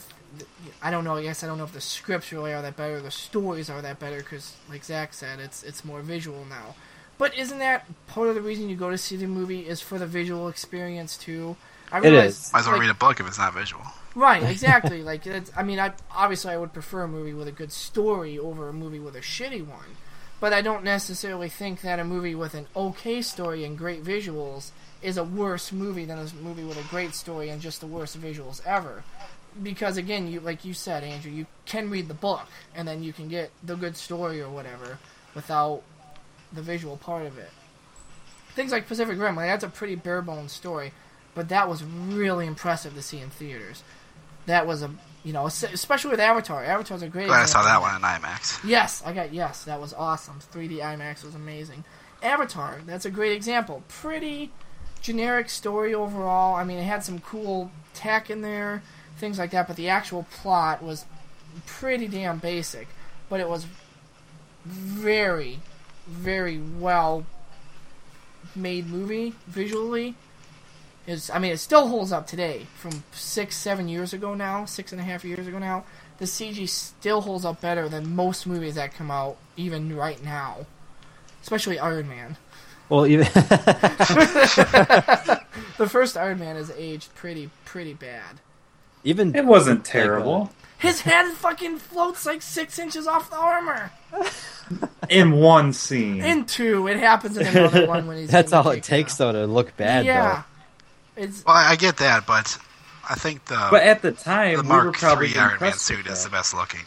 Speaker 2: I don't know. I guess I don't know if the scripts really are that better. The stories are that better because, like Zach said, it's it's more visual now. But isn't that part of the reason you go to see the movie is for the visual experience too? I
Speaker 4: It
Speaker 2: realize,
Speaker 4: is.
Speaker 1: Might as well
Speaker 2: like-
Speaker 1: read a book if it's not visual.
Speaker 2: Right, exactly. like, it's, I mean, I obviously I would prefer a movie with a good story over a movie with a shitty one, but I don't necessarily think that a movie with an okay story and great visuals is a worse movie than a movie with a great story and just the worst visuals ever. Because again, you like you said, Andrew, you can read the book and then you can get the good story or whatever without the visual part of it. Things like Pacific Rim, like that's a pretty bare bones story, but that was really impressive to see in theaters that was a you know es- especially with Avatar. Avatar's a great.
Speaker 1: Glad I saw
Speaker 2: example
Speaker 1: that
Speaker 2: of
Speaker 1: one in IMAX.
Speaker 2: Yes, I got yes. That was awesome. 3D IMAX was amazing. Avatar, that's a great example. Pretty generic story overall. I mean, it had some cool tech in there, things like that, but the actual plot was pretty damn basic. But it was very very well made movie visually. Is I mean, it still holds up today. From six, seven years ago now, six and a half years ago now, the CG still holds up better than most movies that come out even right now, especially Iron Man.
Speaker 4: Well, even [LAUGHS]
Speaker 2: The first Iron Man is aged pretty, pretty bad.
Speaker 4: even
Speaker 3: It wasn't terrible.
Speaker 2: His
Speaker 4: [LAUGHS]
Speaker 2: head fucking floats like six inches off the armor.
Speaker 3: In one scene.
Speaker 2: In two, it happens in another one when he's.
Speaker 4: [LAUGHS] that's
Speaker 2: getting
Speaker 4: all it
Speaker 2: kicked
Speaker 4: takes
Speaker 2: out.
Speaker 4: though to look bad.
Speaker 2: uh, yeah, it's
Speaker 1: Well, I I get that, but I think the
Speaker 3: but at the time,
Speaker 1: the
Speaker 3: we were
Speaker 1: Mark
Speaker 3: probably
Speaker 1: III Iron Man
Speaker 3: impressed
Speaker 1: suit
Speaker 3: with
Speaker 1: is the
Speaker 3: that.
Speaker 1: best looking.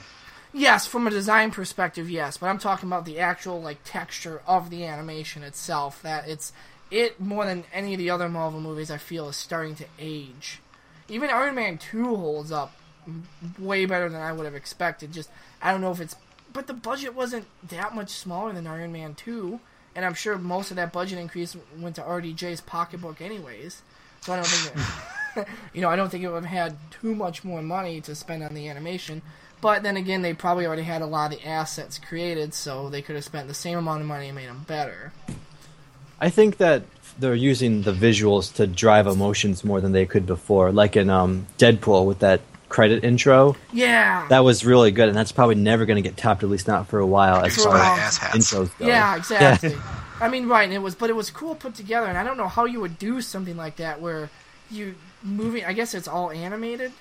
Speaker 2: yes from a design perspective, yes. But I'm talking about the actual like texture of the animation itself. That it's it more than any of the other Marvel movies. I feel is starting to age. Even Iron Man Two holds up m- way better than I would have expected. Just I don't know if it's but the budget wasn't that much smaller than Iron Man Two. And I'm sure most of that budget increase went to RDJ's pocketbook, anyways. So I don't think. It, you know, I don't think it would have had too much more money to spend on the animation. But then again, they probably already had a lot of the assets created, so they could have spent the same amount of money and made them better.
Speaker 4: I think that they're using the visuals to drive emotions more than they could before. Like in um, Deadpool with that credit intro,
Speaker 2: Yeah.
Speaker 4: that was really good, and that's probably never going to get topped, at least not for a while, as
Speaker 1: Produced
Speaker 4: far
Speaker 1: by
Speaker 2: Well,
Speaker 4: as
Speaker 1: ass hats.
Speaker 4: intros go.
Speaker 2: yeah, exactly. I mean, right, and it was, but it was cool put together, and I don't know how you would do something like that where you moving. I guess it's all animated.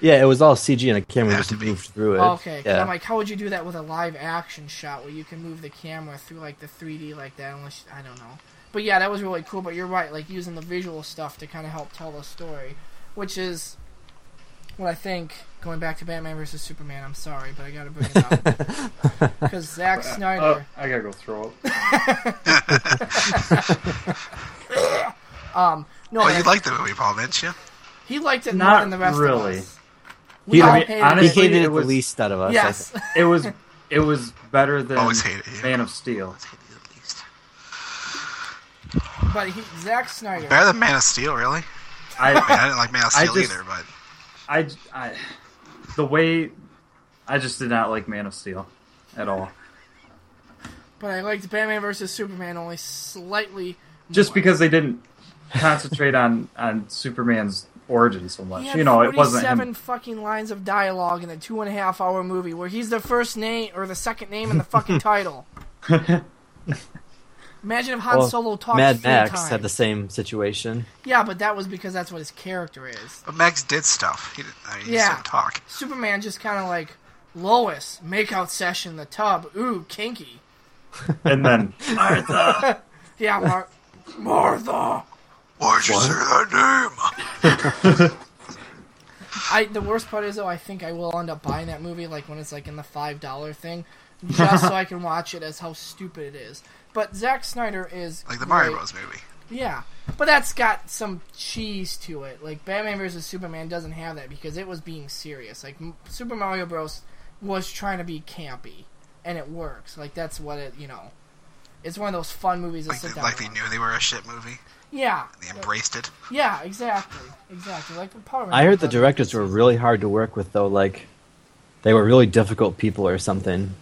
Speaker 4: Yeah, it was all CG, and a camera
Speaker 1: Had
Speaker 4: just
Speaker 1: to be.
Speaker 4: moved through it.
Speaker 2: Okay, 'cause
Speaker 4: yeah.
Speaker 2: I'm like, how would you do that with a live action shot where you can move the camera through like the 3D like that? Unless I don't know, but yeah, that was really cool. But you're right, like using the visual stuff to kind of help tell the story, which is what I think. Going back to Batman versus Superman, I'm sorry, but I gotta bring it up because Zack
Speaker 3: Oh,
Speaker 2: Snyder.
Speaker 3: I gotta go throw up.
Speaker 2: No,
Speaker 1: Well, you
Speaker 2: that-
Speaker 1: liked the movie, Paul, didn't you?
Speaker 2: he liked it more
Speaker 3: Not
Speaker 2: than the rest
Speaker 3: really.
Speaker 2: of us.
Speaker 4: he,
Speaker 2: all
Speaker 3: I mean,
Speaker 2: hated it.
Speaker 4: he
Speaker 3: honestly,
Speaker 4: hated it,
Speaker 3: it was,
Speaker 4: the least out of us. I
Speaker 2: Yes, [LAUGHS]
Speaker 3: It was, it was better than
Speaker 1: Always hated you.
Speaker 3: Man of Steel.
Speaker 2: but he, Zack Snyder.
Speaker 1: Better than Man of Steel, really? I, mean,
Speaker 3: I,
Speaker 1: I didn't like Man of
Speaker 3: I
Speaker 1: Steel
Speaker 3: just-
Speaker 1: either, but
Speaker 3: I, I, the way, I just did not like Man of Steel at all.
Speaker 2: But I liked Batman versus Superman only slightly.
Speaker 3: Just
Speaker 2: more.
Speaker 3: because they didn't concentrate on on Superman's origin so much.
Speaker 2: He had
Speaker 3: You know, it wasn't
Speaker 2: 47
Speaker 3: him.
Speaker 2: fucking lines of dialogue in a two and a half hour movie where he's the first name or the second name in the
Speaker 3: [LAUGHS]
Speaker 2: fucking title. Imagine if Han
Speaker 4: Well,
Speaker 2: Solo talked
Speaker 4: Mad
Speaker 2: three
Speaker 4: Max
Speaker 2: times.
Speaker 4: had the same situation.
Speaker 2: yeah, but that was because that's what his character is.
Speaker 1: but Max did stuff. He didn't. I mean, he
Speaker 2: Yeah.
Speaker 1: just didn't talk.
Speaker 2: Superman just kind of like Lois makeout session the tub. Ooh, kinky.
Speaker 3: And then
Speaker 2: Yeah,
Speaker 4: [LAUGHS]
Speaker 2: Mar- Martha.
Speaker 1: Why'd you say that name?
Speaker 2: I the worst part is though I think I will end up buying that movie like when it's like in the five dollar thing, just so I can watch it as how stupid it is. But Zack Snyder is
Speaker 1: Like the Mario
Speaker 2: great.
Speaker 1: Bros. movie.
Speaker 2: Yeah, but that's got some cheese to it. Like Batman vs Superman doesn't have that because it was being serious. Like M- Super Mario Bros. was trying to be campy, and it works. Like that's what it. You know, it's one of those fun movies to
Speaker 1: Like,
Speaker 2: sit
Speaker 1: they,
Speaker 2: down.
Speaker 1: like they
Speaker 2: and watch.
Speaker 1: knew they were a shit movie.
Speaker 2: Yeah,
Speaker 1: They embraced it.
Speaker 2: yeah, exactly, exactly. Like the Power.
Speaker 4: I heard
Speaker 2: Rangers
Speaker 4: the
Speaker 2: does.
Speaker 4: directors were really hard to work with, though. Like, they were really difficult people or something.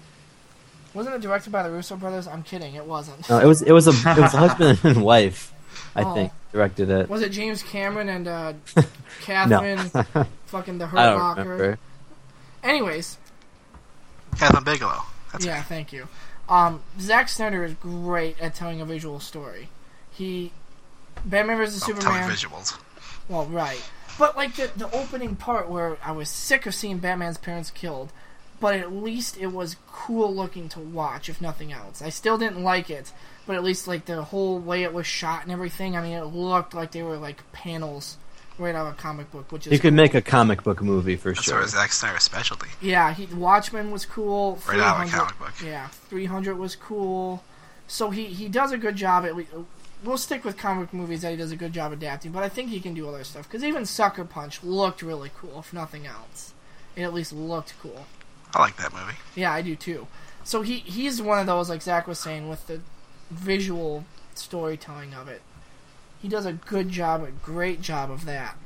Speaker 2: Wasn't it directed by the Russo brothers? I'm kidding. It wasn't.
Speaker 4: [LAUGHS] No, Uh, it was it was a it was a husband [LAUGHS] and wife, I
Speaker 2: Oh.
Speaker 4: think, directed it.
Speaker 2: Was it James Cameron and
Speaker 4: [LAUGHS]
Speaker 2: uh, Catherine, fucking the
Speaker 4: I
Speaker 2: Hurt
Speaker 4: don't
Speaker 2: Locker?
Speaker 4: remember.
Speaker 2: Anyways,
Speaker 1: Catherine Bigelow. That's
Speaker 2: yeah, thank you. Um, Zack Snyder is great at telling a visual story. He, Batman vs
Speaker 1: oh, telling
Speaker 2: Superman.
Speaker 1: visuals.
Speaker 2: Well, right, but like the the opening part where I was sick of seeing Batman's parents killed, but at least it was cool looking to watch, if nothing else. I still didn't like it, but at least like the whole way it was shot and everything. I mean, it looked like they were like panels right out of a comic book, which is
Speaker 4: You could make a comic book movie for
Speaker 1: That's
Speaker 4: sure.
Speaker 1: sort of Zack Snyder's specialty.
Speaker 2: Yeah, he Watchmen was cool.
Speaker 1: Right out of a
Speaker 2: 300
Speaker 1: comic book.
Speaker 2: Yeah, 300 was cool. So he he does a good job at. le- We'll stick with comic movies that he does a good job adapting, but I think he can do other stuff because even Sucker Punch looked really cool, if nothing else. It at least looked cool.
Speaker 1: I like that movie.
Speaker 2: Yeah, I do too. So he he's one of those like Zach was saying with the visual storytelling of it. He does a good job, a great job of that.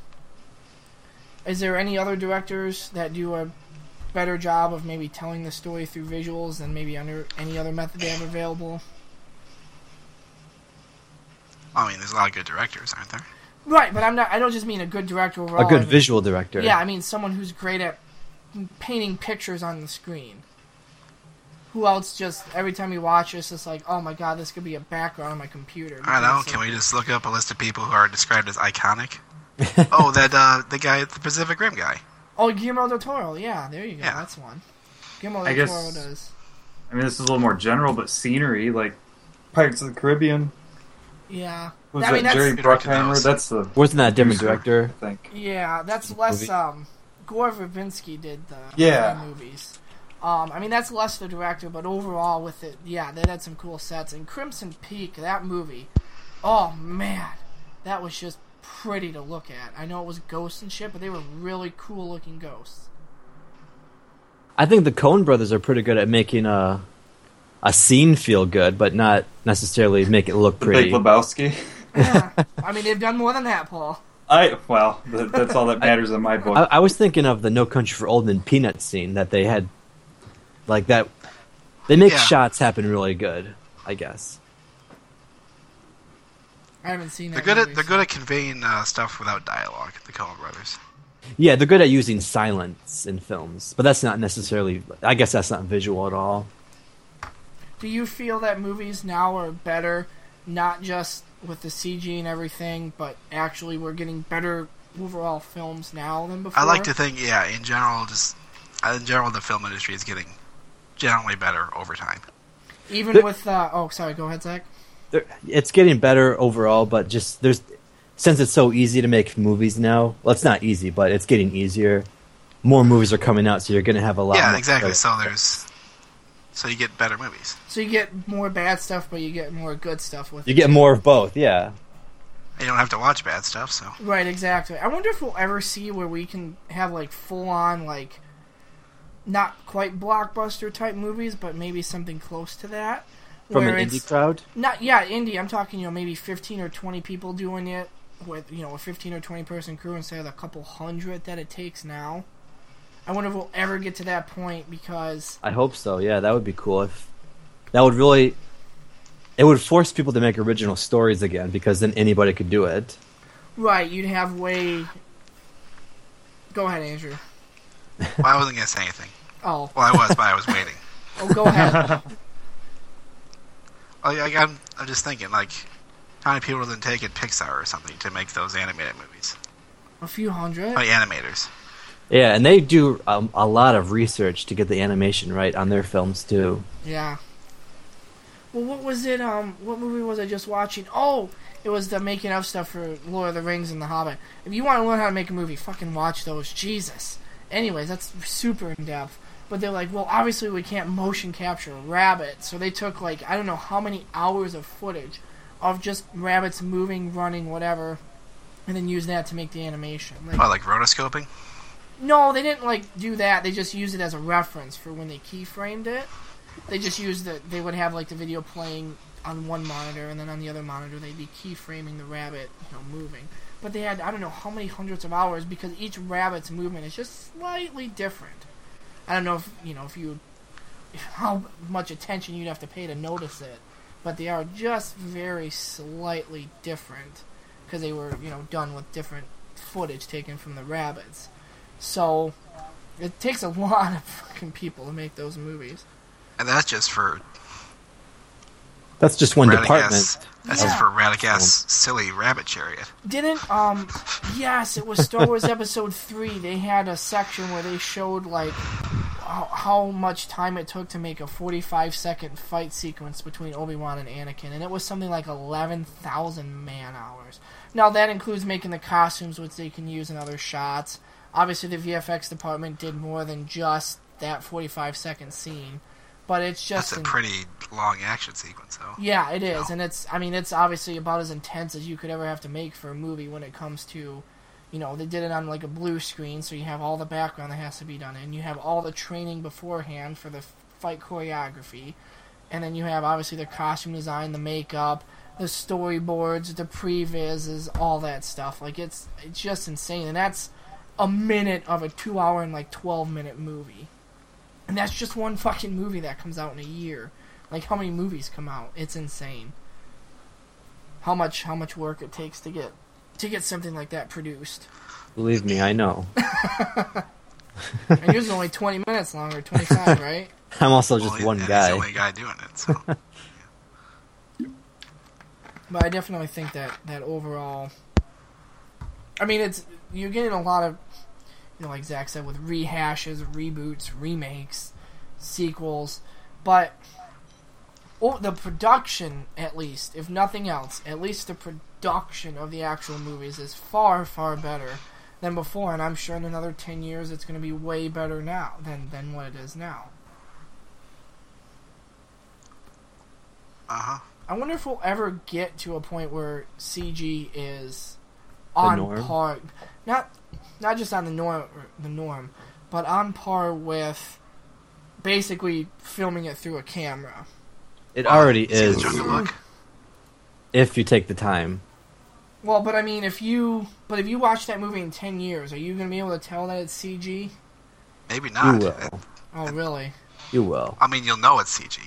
Speaker 2: Is there any other directors that do a better job of maybe telling the story through visuals than maybe under any other method they have available?
Speaker 1: I mean, there's a lot of good directors, aren't there?
Speaker 2: Right, but I'm not. I don't just mean a good director overall.
Speaker 4: A good
Speaker 2: I mean-
Speaker 4: visual director.
Speaker 2: Yeah, I mean someone who's great at painting pictures on the screen. Who else just every time you watch it's just like, oh my god, this could be a background on my computer.
Speaker 1: I know. Ah, Can we just look up a list of people who are described as
Speaker 4: [LAUGHS]
Speaker 1: iconic? oh, that uh, the guy, the Pacific Rim guy.
Speaker 2: Oh, Guillermo del Toro. Yeah, there you go.
Speaker 1: Yeah.
Speaker 2: That's one. Guillermo
Speaker 3: I
Speaker 2: del
Speaker 3: guess-
Speaker 2: Toro does.
Speaker 3: I mean, this is a little more general, but scenery like Pirates of the Caribbean
Speaker 2: Yeah.
Speaker 3: was
Speaker 2: I mean, that's,
Speaker 3: that Jerry
Speaker 1: Directed
Speaker 3: Bruckheimer?
Speaker 1: those.
Speaker 3: That's the
Speaker 4: Wasn't that a different
Speaker 3: producer,
Speaker 4: director?
Speaker 3: I think.
Speaker 2: Yeah, that's less.
Speaker 4: movie.
Speaker 2: Um, Gore Verbinski did the
Speaker 3: Yeah.
Speaker 2: the movies. Um, I mean that's less the director, but overall with it, yeah, they had some cool sets. And Crimson Peak, that movie, oh man, that was just pretty to look at. I know it was ghosts and shit, but they were really cool looking ghosts.
Speaker 4: I think the Coen brothers are pretty good at making a a scene feel good, but not necessarily make it look
Speaker 3: The
Speaker 4: pretty.
Speaker 3: Big Lebowski. [LAUGHS]
Speaker 2: Yeah. I mean they've done more than that, Paul.
Speaker 3: I well, that, that's all that matters in my
Speaker 4: [LAUGHS] I,
Speaker 3: book.
Speaker 4: I was thinking of the No Country for Old Men peanut scene that they had, like that. They make
Speaker 1: Yeah.
Speaker 4: shots happen really good, I guess.
Speaker 2: I haven't seen
Speaker 1: They're
Speaker 2: that.
Speaker 1: good at
Speaker 2: movie,
Speaker 1: they're
Speaker 2: so-
Speaker 1: good at conveying uh, stuff without dialogue. The Coen Brothers.
Speaker 4: Yeah, they're good at using silence in films, but that's not necessarily. I guess that's not visual at all.
Speaker 2: Do you feel that movies now are better, not just with the CG and everything, but actually we're getting better overall films now than before?
Speaker 1: I like to think, yeah, in general, just uh, in general, the film industry is getting generally better over time.
Speaker 2: Even
Speaker 4: Th-
Speaker 2: with uh, oh, sorry, go ahead, Zach.
Speaker 4: They're- It's getting better overall, but just there's since it's so easy to make movies now. Well, it's not easy, but it's getting easier. More movies are coming out, so you're going to have a lot.
Speaker 1: yeah,
Speaker 4: more-
Speaker 1: exactly. So there's so you get better movies.
Speaker 2: So you get more bad stuff, but you get more good stuff with
Speaker 4: you
Speaker 2: it.
Speaker 4: get more of both. Yeah,
Speaker 1: You don't have to watch bad stuff. So
Speaker 2: right, exactly. I wonder if we'll ever see where we can have like full on like not quite blockbuster type movies, but maybe something close to that.
Speaker 4: from
Speaker 2: where
Speaker 4: an
Speaker 2: it's-
Speaker 4: indie crowd.
Speaker 2: not yeah indie i'm talking you know maybe 15 or 20 people doing it with you know a 15 or 20 person crew instead of the couple hundred that it takes now i wonder if we'll ever get to that point because
Speaker 4: I hope so. Yeah, that would be cool. If that would really, it would force people to make original stories again because then anybody could do it.
Speaker 2: right you'd have way go ahead andrew
Speaker 1: well, I wasn't gonna say anything.
Speaker 2: oh,
Speaker 1: Well, I was, but I was waiting.
Speaker 2: oh go ahead
Speaker 1: Like, like, I'm, I'm just thinking, like, how many people then take at Pixar or something to make those animated movies?
Speaker 2: a few hundred
Speaker 1: How many animators?
Speaker 4: Yeah, and they do um, a lot of research to get the animation right on their films too.
Speaker 2: yeah well what was it um what movie was i just watching oh it was the making of stuff for lord of the rings and the hobbit if you want to learn how to make a movie fucking watch those jesus anyways, that's super in depth. But they're like, well, obviously we can't motion capture a rabbit, so they took like I don't know how many hours of footage of just rabbits moving, running, whatever, and then use that to make the animation.
Speaker 1: Oh,
Speaker 2: Like,
Speaker 1: like rotoscoping?
Speaker 2: no, they didn't like do that. They just used it as a reference for when they keyframed it. They just used the they would have like the video playing on one monitor, and then on the other monitor they'd be keyframing the rabbit, you know, moving. But they had I don't know how many hundreds of hours because each rabbit's movement is just slightly different. I don't know if you know if you how much attention you'd have to pay to notice it, but they are just very slightly different because they were you know done with different footage taken from the rabbits. So it takes a [LAUGHS] lot of fucking people to make those movies.
Speaker 1: And that's just for
Speaker 4: That's just one department.
Speaker 1: Radagast. That's just
Speaker 2: Yeah.
Speaker 1: for Radagast's silly rabbit chariot.
Speaker 2: Didn't um yes, it was
Speaker 1: [LAUGHS]
Speaker 2: Star Wars episode 3. They had a section where they showed like how, how much time it took to make a 45 second fight sequence between Obi-Wan and Anakin and it was something like 11,000 man hours. Now that includes making the costumes which they can use in other shots. Obviously the VFX department did more than just that 45 second scene, but it's just
Speaker 1: That's a
Speaker 2: in-
Speaker 1: pretty long action sequence, though.
Speaker 2: Yeah, it is, and it's. I mean, it's obviously about as intense as you could ever have to make for a movie when it comes to, you know, they did it on like a blue screen, so you have all the background that has to be done, and you have all the training beforehand for the f- fight choreography, and then you have obviously the costume design, the makeup, the storyboards, the previses, all that stuff. Like it's it's just insane, and that's a minute of a two-hour and like twelve-minute movie. And that's just one fucking movie that comes out in a year. Like how many movies come out? It's insane. how much how much work it takes to get to get something like that produced.
Speaker 4: Believe me, I know. [LAUGHS]
Speaker 2: And yours is only twenty minutes long or twenty five, right?
Speaker 4: I'm also just
Speaker 1: Well, he-
Speaker 4: one
Speaker 1: and He's
Speaker 4: guy.
Speaker 1: the only guy doing it.
Speaker 4: [LAUGHS]
Speaker 1: So
Speaker 2: But I definitely think that that overall, I mean, it's you're getting a lot of, you know, like Zach said, with rehashes, reboots, remakes, sequels, but oh, the production, at least, if nothing else, at least the production of the actual movies is far far better than before, and I'm sure in another ten years it's going to be way better now than than what it is now.
Speaker 1: uh huh.
Speaker 2: I wonder if we'll ever get to a point where CG is on
Speaker 4: norm?
Speaker 2: par, not not just on the norm, the norm, but on par with basically filming it through a camera.
Speaker 4: It already
Speaker 1: See the
Speaker 4: is
Speaker 1: Jungle Book.
Speaker 4: if you take the time.
Speaker 2: Well, but I mean, if you but if you watch that movie in ten years, are you gonna be able to tell that it's CG?
Speaker 1: Maybe
Speaker 4: You
Speaker 1: not.
Speaker 4: will.
Speaker 2: Oh, really?
Speaker 4: You will.
Speaker 1: I mean, you'll know it's CG.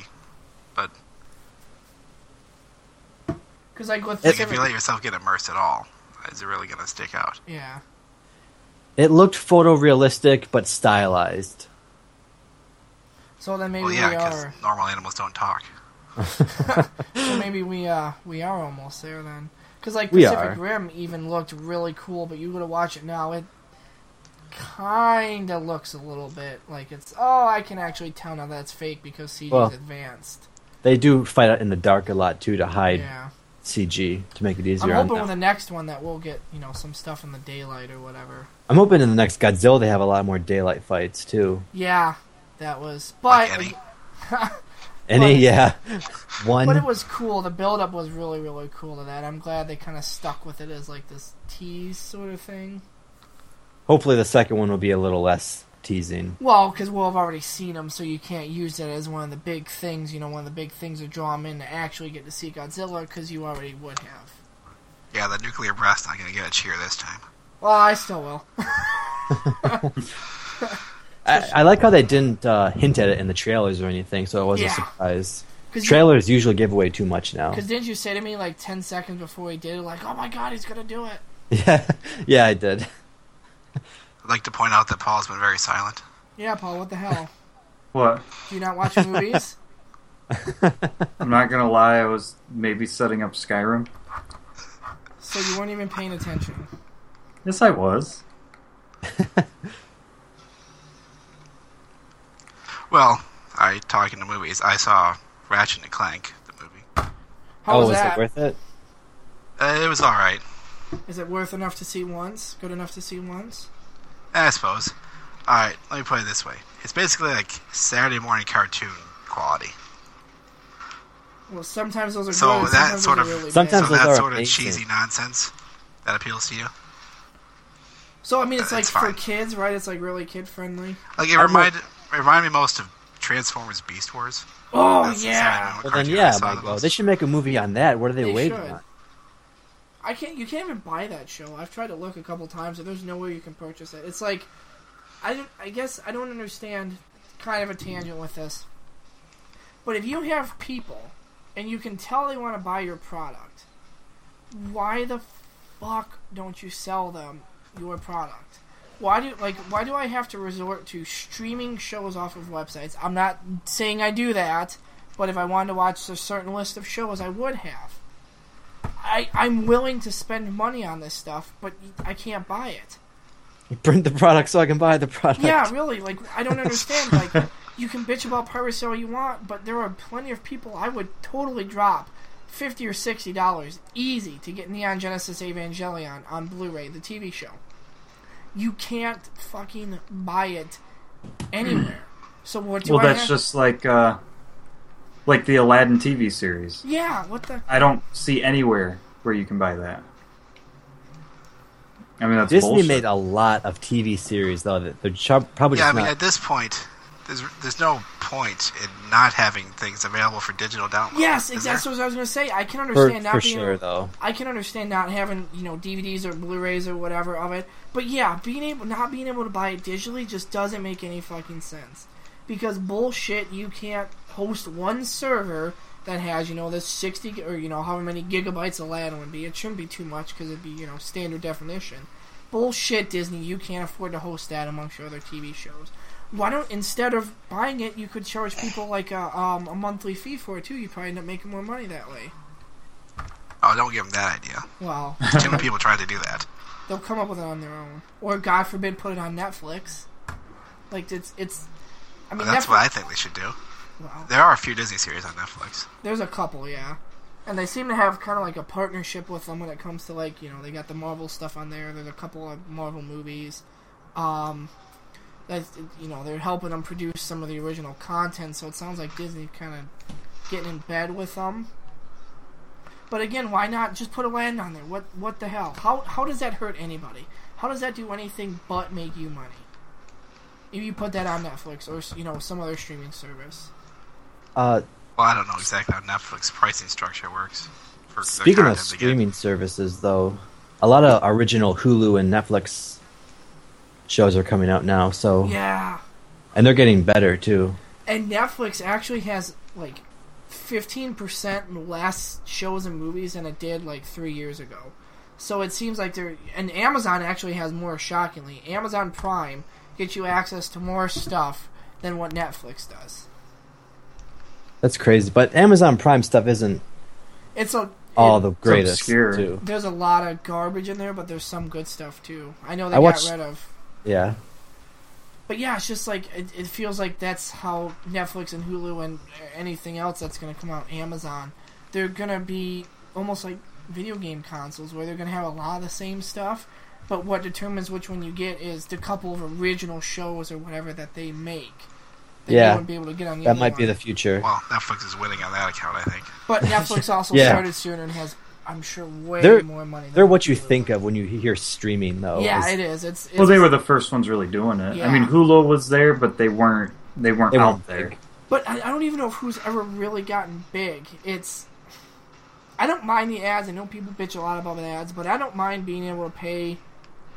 Speaker 2: Because like with
Speaker 1: Like, if you
Speaker 2: different-
Speaker 1: let yourself get immersed at all, is it really going to stick out?
Speaker 2: yeah,
Speaker 4: It looked photorealistic but stylized.
Speaker 2: so then maybe
Speaker 1: well, yeah,
Speaker 2: we
Speaker 1: because
Speaker 2: are.
Speaker 1: normal animals don't talk.
Speaker 2: So maybe we uh we are almost there then. Because like
Speaker 4: We
Speaker 2: Pacific
Speaker 4: are.
Speaker 2: Rim even looked really cool, but you go to watch it now, it kind of looks a little bit like it's oh I can actually tell now that's fake because CG's
Speaker 4: Well,
Speaker 2: advanced.
Speaker 4: They do fight out in the dark a lot too to hide
Speaker 2: Yeah,
Speaker 4: CG to make it
Speaker 2: I'm
Speaker 4: easier. on
Speaker 2: hoping
Speaker 4: them.
Speaker 2: with the next one that we'll get you know some stuff in the daylight or whatever.
Speaker 4: I'm hoping in the next Godzilla they have a lot more daylight fights too.
Speaker 2: Yeah, that was but
Speaker 1: Like any,
Speaker 4: Any
Speaker 2: Well- [LAUGHS]
Speaker 4: yeah, one.
Speaker 2: but it was cool. The build up was really really cool to that. I'm glad they kind of stuck with it as like this tease sort of thing.
Speaker 4: Hopefully the second one will be a little less teasing.
Speaker 2: Well, because we'll have already seen them, so you can't use it as one of the big things. You know, one of the big things to draw them in to actually get to see Godzilla, because you already would have.
Speaker 1: yeah, the nuclear breast's not going to get a cheer this time.
Speaker 2: Well, I still will. [LAUGHS]
Speaker 4: I, I like how they didn't uh, hint at it in the trailers or anything, so it wasn't
Speaker 2: Yeah.
Speaker 4: a surprise.
Speaker 2: Because
Speaker 4: Trailers usually give away too much now.
Speaker 2: didn't you say to me like ten seconds before he did it, like, "Oh my God, he's gonna do it."
Speaker 4: [LAUGHS] Yeah, yeah, I did. [LAUGHS]
Speaker 1: I'd like to point out that Paul's been very silent.
Speaker 2: Yeah, Paul. What the hell?
Speaker 3: What?
Speaker 2: Do you not
Speaker 4: [LAUGHS]
Speaker 2: watch movies?
Speaker 3: I'm not gonna lie. I was maybe setting up Skyrim.
Speaker 2: So you weren't even paying attention.
Speaker 3: Yes, I was.
Speaker 1: Well, I talking to movies. I saw Ratchet and Clank, the movie.
Speaker 2: How
Speaker 4: oh,
Speaker 2: was
Speaker 4: is
Speaker 2: that?
Speaker 4: it worth it?
Speaker 1: Uh, it was all right,
Speaker 2: Is it worth enough to see once? Good enough to see once?
Speaker 1: I suppose. All right, let me put it this way: it's basically like Saturday morning cartoon quality.
Speaker 2: Well, sometimes those are
Speaker 1: So
Speaker 2: good.
Speaker 1: that
Speaker 2: sometimes
Speaker 1: sort
Speaker 2: those are
Speaker 1: of-
Speaker 2: really
Speaker 4: Sometimes-
Speaker 2: bad.
Speaker 1: so
Speaker 4: those
Speaker 1: that
Speaker 4: are
Speaker 1: sort of
Speaker 4: amazing.
Speaker 1: cheesy nonsense that appeals to you.
Speaker 2: So I mean, it's like
Speaker 1: It's
Speaker 2: for
Speaker 1: fine.
Speaker 2: kids, right? It's like really kid friendly.
Speaker 1: Like it
Speaker 4: I'm
Speaker 1: reminded it reminded me most of Transformers: Beast Wars.
Speaker 2: Oh
Speaker 1: That's the Saturday
Speaker 2: yeah.
Speaker 1: morning
Speaker 4: Well, then
Speaker 1: cartoon I
Speaker 4: yeah,
Speaker 1: saw the
Speaker 4: Michael,
Speaker 1: most.
Speaker 4: they should make a movie on that. What are they,
Speaker 2: They
Speaker 4: waiting
Speaker 2: should.
Speaker 4: on? [LAUGHS]
Speaker 2: I can't. You can't even buy that show. I've tried to look a couple times, and there's no way you can purchase it. It's like, I don't. I guess I don't understand. Kind of a tangent with this, but if you have people, and you can tell they want to buy your product, why the fuck don't you sell them your product? Why do like why do I have to resort to streaming shows off of websites? I'm not saying I do that, but if I wanted to watch a certain list of shows, I would have. I, I'm willing to spend money on this stuff, but I can't buy it.
Speaker 4: Print the product so I can buy the product.
Speaker 2: Yeah, really. Like, I don't
Speaker 4: [LAUGHS]
Speaker 2: understand. Like, you can bitch about piracy all you want, but there are plenty of people I would totally drop fifty or sixty dollars easy to get Neon Genesis Evangelion on Blu-ray, the TV show. You can't fucking buy it anywhere. So what do
Speaker 3: well,
Speaker 2: I?
Speaker 3: that's
Speaker 2: have-
Speaker 3: just like uh, like the Aladdin TV series.
Speaker 2: yeah. What the?
Speaker 3: I don't see anywhere where you can buy that. I mean, that's
Speaker 4: Disney
Speaker 3: bullshit.
Speaker 4: made a lot of TV series though that they're chub- probably
Speaker 1: Yeah, I
Speaker 4: just
Speaker 1: mean,
Speaker 4: not.
Speaker 1: at this point, there's there's no point in not having things available for digital download.
Speaker 2: Yes,
Speaker 1: is
Speaker 2: exactly. That's
Speaker 1: there?
Speaker 2: what I was gonna say. I can
Speaker 4: for,
Speaker 2: understand not
Speaker 4: for
Speaker 2: being able-
Speaker 4: sure though.
Speaker 2: I can understand not having you know DVDs or Blu-rays or whatever of it, but yeah, being able not being able to buy it digitally just doesn't make any fucking sense because bullshit. You can't host one server that has you know this 60 gi- or you know however many gigabytes of LAN it would be. It shouldn't be too much because it'd be you know standard definition. Bullshit, Disney. You can't afford to host that amongst your other TV shows. Why don't instead of buying it, you could charge people like a, um, a monthly fee for it too? You probably end up making more money that way.
Speaker 1: Oh, don't give them that idea.
Speaker 2: Well,
Speaker 1: Too many people tried to do
Speaker 4: [LAUGHS]
Speaker 1: that.
Speaker 2: they'll come up with it on their own, or God forbid, put it on Netflix. Like it's it's. I mean,
Speaker 1: But that's
Speaker 2: Netflix,
Speaker 1: what I think they should do.
Speaker 2: well,
Speaker 1: There are a few Disney series on Netflix.
Speaker 2: there's a couple, yeah, and they seem to have kind of like a partnership with them when it comes to like you know they got the Marvel stuff on there. There's a couple of Marvel movies. Um, that's you know they're helping them produce some of the original content, so it sounds like Disney kind of getting in bed with them. But again, why not just put a land on there? What what the hell? How how does that hurt anybody? How does that do anything but make you money? If you put that on Netflix or you know some other streaming service.
Speaker 4: Uh,
Speaker 1: Well, I don't know exactly how Netflix pricing structure works. For the
Speaker 4: Speaking of
Speaker 1: content they get.
Speaker 4: streaming services, though, a lot of original Hulu and Netflix shows are coming out now, so
Speaker 2: Yeah.
Speaker 4: and they're getting better too.
Speaker 2: And Netflix actually has like 15% less shows and movies than it did like 3 years ago. So it seems like they're and Amazon actually has more shockingly. Amazon Prime gets you access to more stuff than what Netflix does.
Speaker 4: That's crazy. But Amazon Prime stuff isn't
Speaker 2: It's a
Speaker 4: all
Speaker 2: it-
Speaker 4: the greatest
Speaker 3: obscure.
Speaker 4: too.
Speaker 2: There's a lot of garbage in there, but there's some good stuff too. I know they
Speaker 4: I
Speaker 2: got
Speaker 4: watched-
Speaker 2: rid of.
Speaker 4: Yeah,
Speaker 2: But yeah, it's just like it, it feels like that's how Netflix and Hulu and anything else that's going to come out Amazon, they're going to be almost like video game consoles where they're going to have a lot of the same stuff, but what determines which one you get is the couple of original shows or whatever that they make. That
Speaker 4: Yeah.
Speaker 2: you wouldn't be able to get on the
Speaker 4: that
Speaker 2: other
Speaker 4: might be
Speaker 2: one.
Speaker 4: the future.
Speaker 1: Well, Netflix is winning on that account, I think.
Speaker 4: [LAUGHS]
Speaker 2: But Netflix also
Speaker 4: Yeah.
Speaker 2: started sooner and has I'm sure way
Speaker 4: They're-
Speaker 2: more money. than
Speaker 4: They're what you
Speaker 2: Hulu.
Speaker 4: think of when you hear streaming, though.
Speaker 2: Yeah,
Speaker 4: is-
Speaker 2: it is. It's, it's
Speaker 3: Well, they were the first ones really doing it. I mean,
Speaker 2: Yeah.
Speaker 3: Hulu was there, but they weren't. They weren't
Speaker 4: They
Speaker 3: out
Speaker 4: weren't
Speaker 3: there.
Speaker 4: big.
Speaker 2: But I, I don't even know if who's ever really gotten big. It's I don't mind the ads. I know people bitch a lot about the ads, but I don't mind being able to pay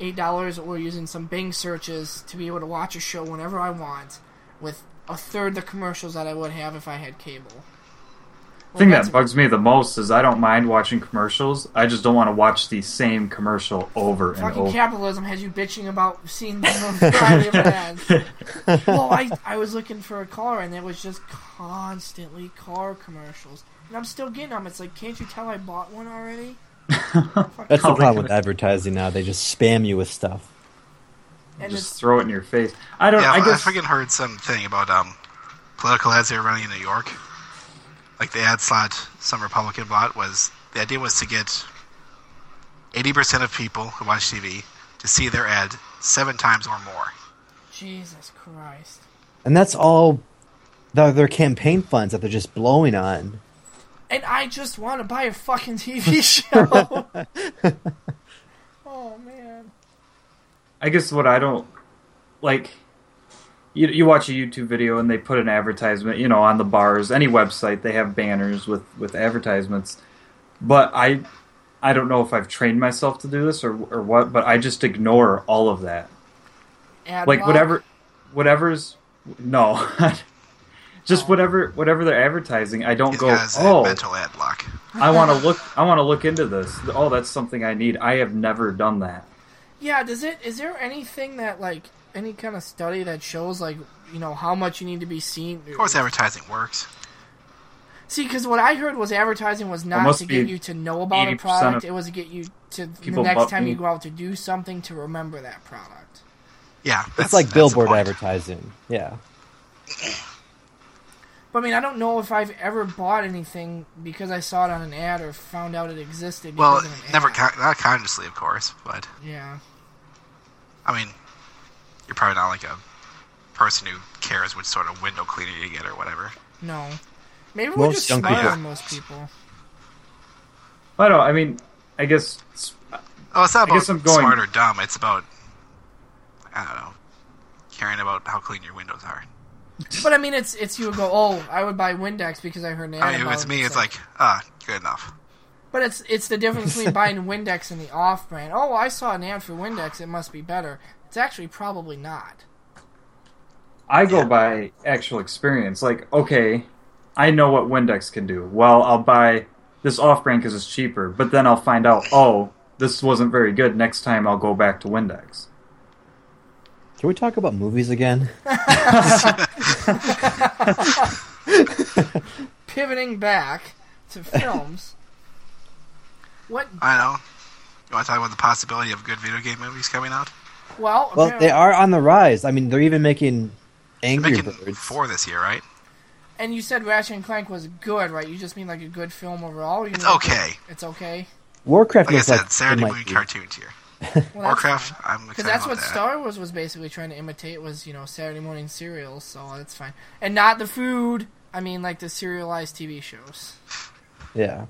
Speaker 2: eight dollars or using some Bing searches to be able to watch a show whenever I want with a third the commercials that I would have if I had cable.
Speaker 3: The thing
Speaker 2: Well,
Speaker 3: that bugs me the most is I don't mind watching commercials. I just don't want to watch the same commercial over and
Speaker 2: Fucking
Speaker 3: over.
Speaker 2: capitalism has you bitching about seeing the variety of ads. well, I, I was looking for a car and it was just constantly car commercials. And I'm still getting them. It's like, can't you tell I bought one already?
Speaker 4: That's
Speaker 3: Oh,
Speaker 4: the
Speaker 3: they
Speaker 4: problem with
Speaker 3: could've-
Speaker 4: advertising now. They just spam you with stuff.
Speaker 2: And
Speaker 3: just
Speaker 2: it's,
Speaker 3: throw it in your face. I don't.
Speaker 1: Yeah,
Speaker 3: I guess.
Speaker 1: I freaking heard something about um, political ads they were running in New York. Like the ad slot some Republican bought was the idea was to get eighty percent of people who watch TV to see their ad seven times or more.
Speaker 2: Jesus Christ.
Speaker 4: And that's all their, their campaign funds that they're just
Speaker 3: [LAUGHS]
Speaker 4: blowing on.
Speaker 2: And I just want to buy a fucking TV show. oh, man.
Speaker 3: I guess what I don't like. You, you watch a YouTube video and they put an advertisement, you know, on the bars. Any website they have banners with with advertisements. But I, I don't know if I've trained myself to do this or or what. But I just ignore all of that.
Speaker 2: Ad
Speaker 3: like
Speaker 2: block.
Speaker 3: whatever whatever's no [LAUGHS] just whatever whatever they're advertising i don't
Speaker 1: It
Speaker 3: go
Speaker 1: has a
Speaker 3: oh
Speaker 1: mental ad block.
Speaker 3: i want to look i want to look into this oh that's something i need i have never done that
Speaker 2: Yeah, does it? Is there anything that, like, any kind of study that shows, like, you know, how much you need to be seen?
Speaker 1: Of course, advertising works.
Speaker 2: See, because what I heard was advertising was not
Speaker 3: must
Speaker 2: to get
Speaker 3: be
Speaker 2: you to know about a
Speaker 3: 80%
Speaker 2: product;
Speaker 3: of
Speaker 2: it was to get you to the
Speaker 3: people
Speaker 2: next
Speaker 3: bought
Speaker 2: time
Speaker 3: me.
Speaker 2: you go out to do something to remember that product.
Speaker 1: Yeah,
Speaker 4: It's
Speaker 1: that's-
Speaker 4: like
Speaker 1: that's the
Speaker 4: billboard
Speaker 1: point.
Speaker 4: advertising. Yeah.
Speaker 2: But I mean, I don't know if I've ever bought anything because I saw it on an ad or found out it existed.
Speaker 1: Well,
Speaker 2: because of an
Speaker 1: never
Speaker 2: ad.
Speaker 1: con- not consciously, of course, but
Speaker 2: Yeah,
Speaker 1: I mean, you're probably not like a person who cares which sort of window cleaner you get or whatever.
Speaker 2: no. Maybe we're
Speaker 4: Most
Speaker 2: just
Speaker 4: young
Speaker 2: smarter
Speaker 1: people-
Speaker 2: than most people.
Speaker 3: i don't uh, i mean i guess it's-
Speaker 1: Oh, it's not
Speaker 3: I
Speaker 1: about
Speaker 3: guess I'm going-
Speaker 1: smart or dumb. It's about I don't know, caring about how clean your windows are.
Speaker 2: But I mean, it's it's you would go, oh, I would buy Windex because I heard an ad.
Speaker 1: I mean, if
Speaker 2: about
Speaker 1: it's
Speaker 2: it."
Speaker 1: me, it's like ah, good enough.
Speaker 2: But it's it's the difference
Speaker 4: [LAUGHS]
Speaker 2: between buying Windex and the off brand. Oh, I saw an ad for Windex; it must be better. It's actually probably not.
Speaker 3: i go by actual experience like okay I know what Windex can do. Well, I'll buy this off brand because it's cheaper, but then I'll find out, oh, this wasn't very good. Next time I'll go back to Windex.
Speaker 4: Can we talk about
Speaker 1: [LAUGHS]
Speaker 4: movies again?
Speaker 2: Pivoting back
Speaker 4: [LAUGHS]
Speaker 2: to films. what?
Speaker 1: I know. You want to talk about the possibility of good video game movies coming out?
Speaker 2: Well,
Speaker 4: Well,
Speaker 2: apparently-
Speaker 4: they are on the rise. I mean, they're even making
Speaker 1: They're
Speaker 4: Angry
Speaker 1: making
Speaker 4: Birds.
Speaker 1: four this year, right?
Speaker 2: And you said Ratchet and Clank was good, right? You just mean like a good film overall. or You
Speaker 1: It's
Speaker 2: mean-
Speaker 1: okay.
Speaker 2: It's okay.
Speaker 4: Warcraft
Speaker 1: Like I
Speaker 4: looks like
Speaker 1: said,
Speaker 4: it
Speaker 1: Saturday
Speaker 4: might
Speaker 1: morning
Speaker 4: be.
Speaker 1: cartoon tier.
Speaker 2: Well, that's
Speaker 1: Warcraft, I'm excited
Speaker 2: Because that's
Speaker 1: about
Speaker 2: what
Speaker 1: that.
Speaker 2: Star Wars was basically trying to imitate was, you know, Saturday morning cereals, so that's fine. And not the food. I mean, like the serialized TV shows.
Speaker 4: Yeah,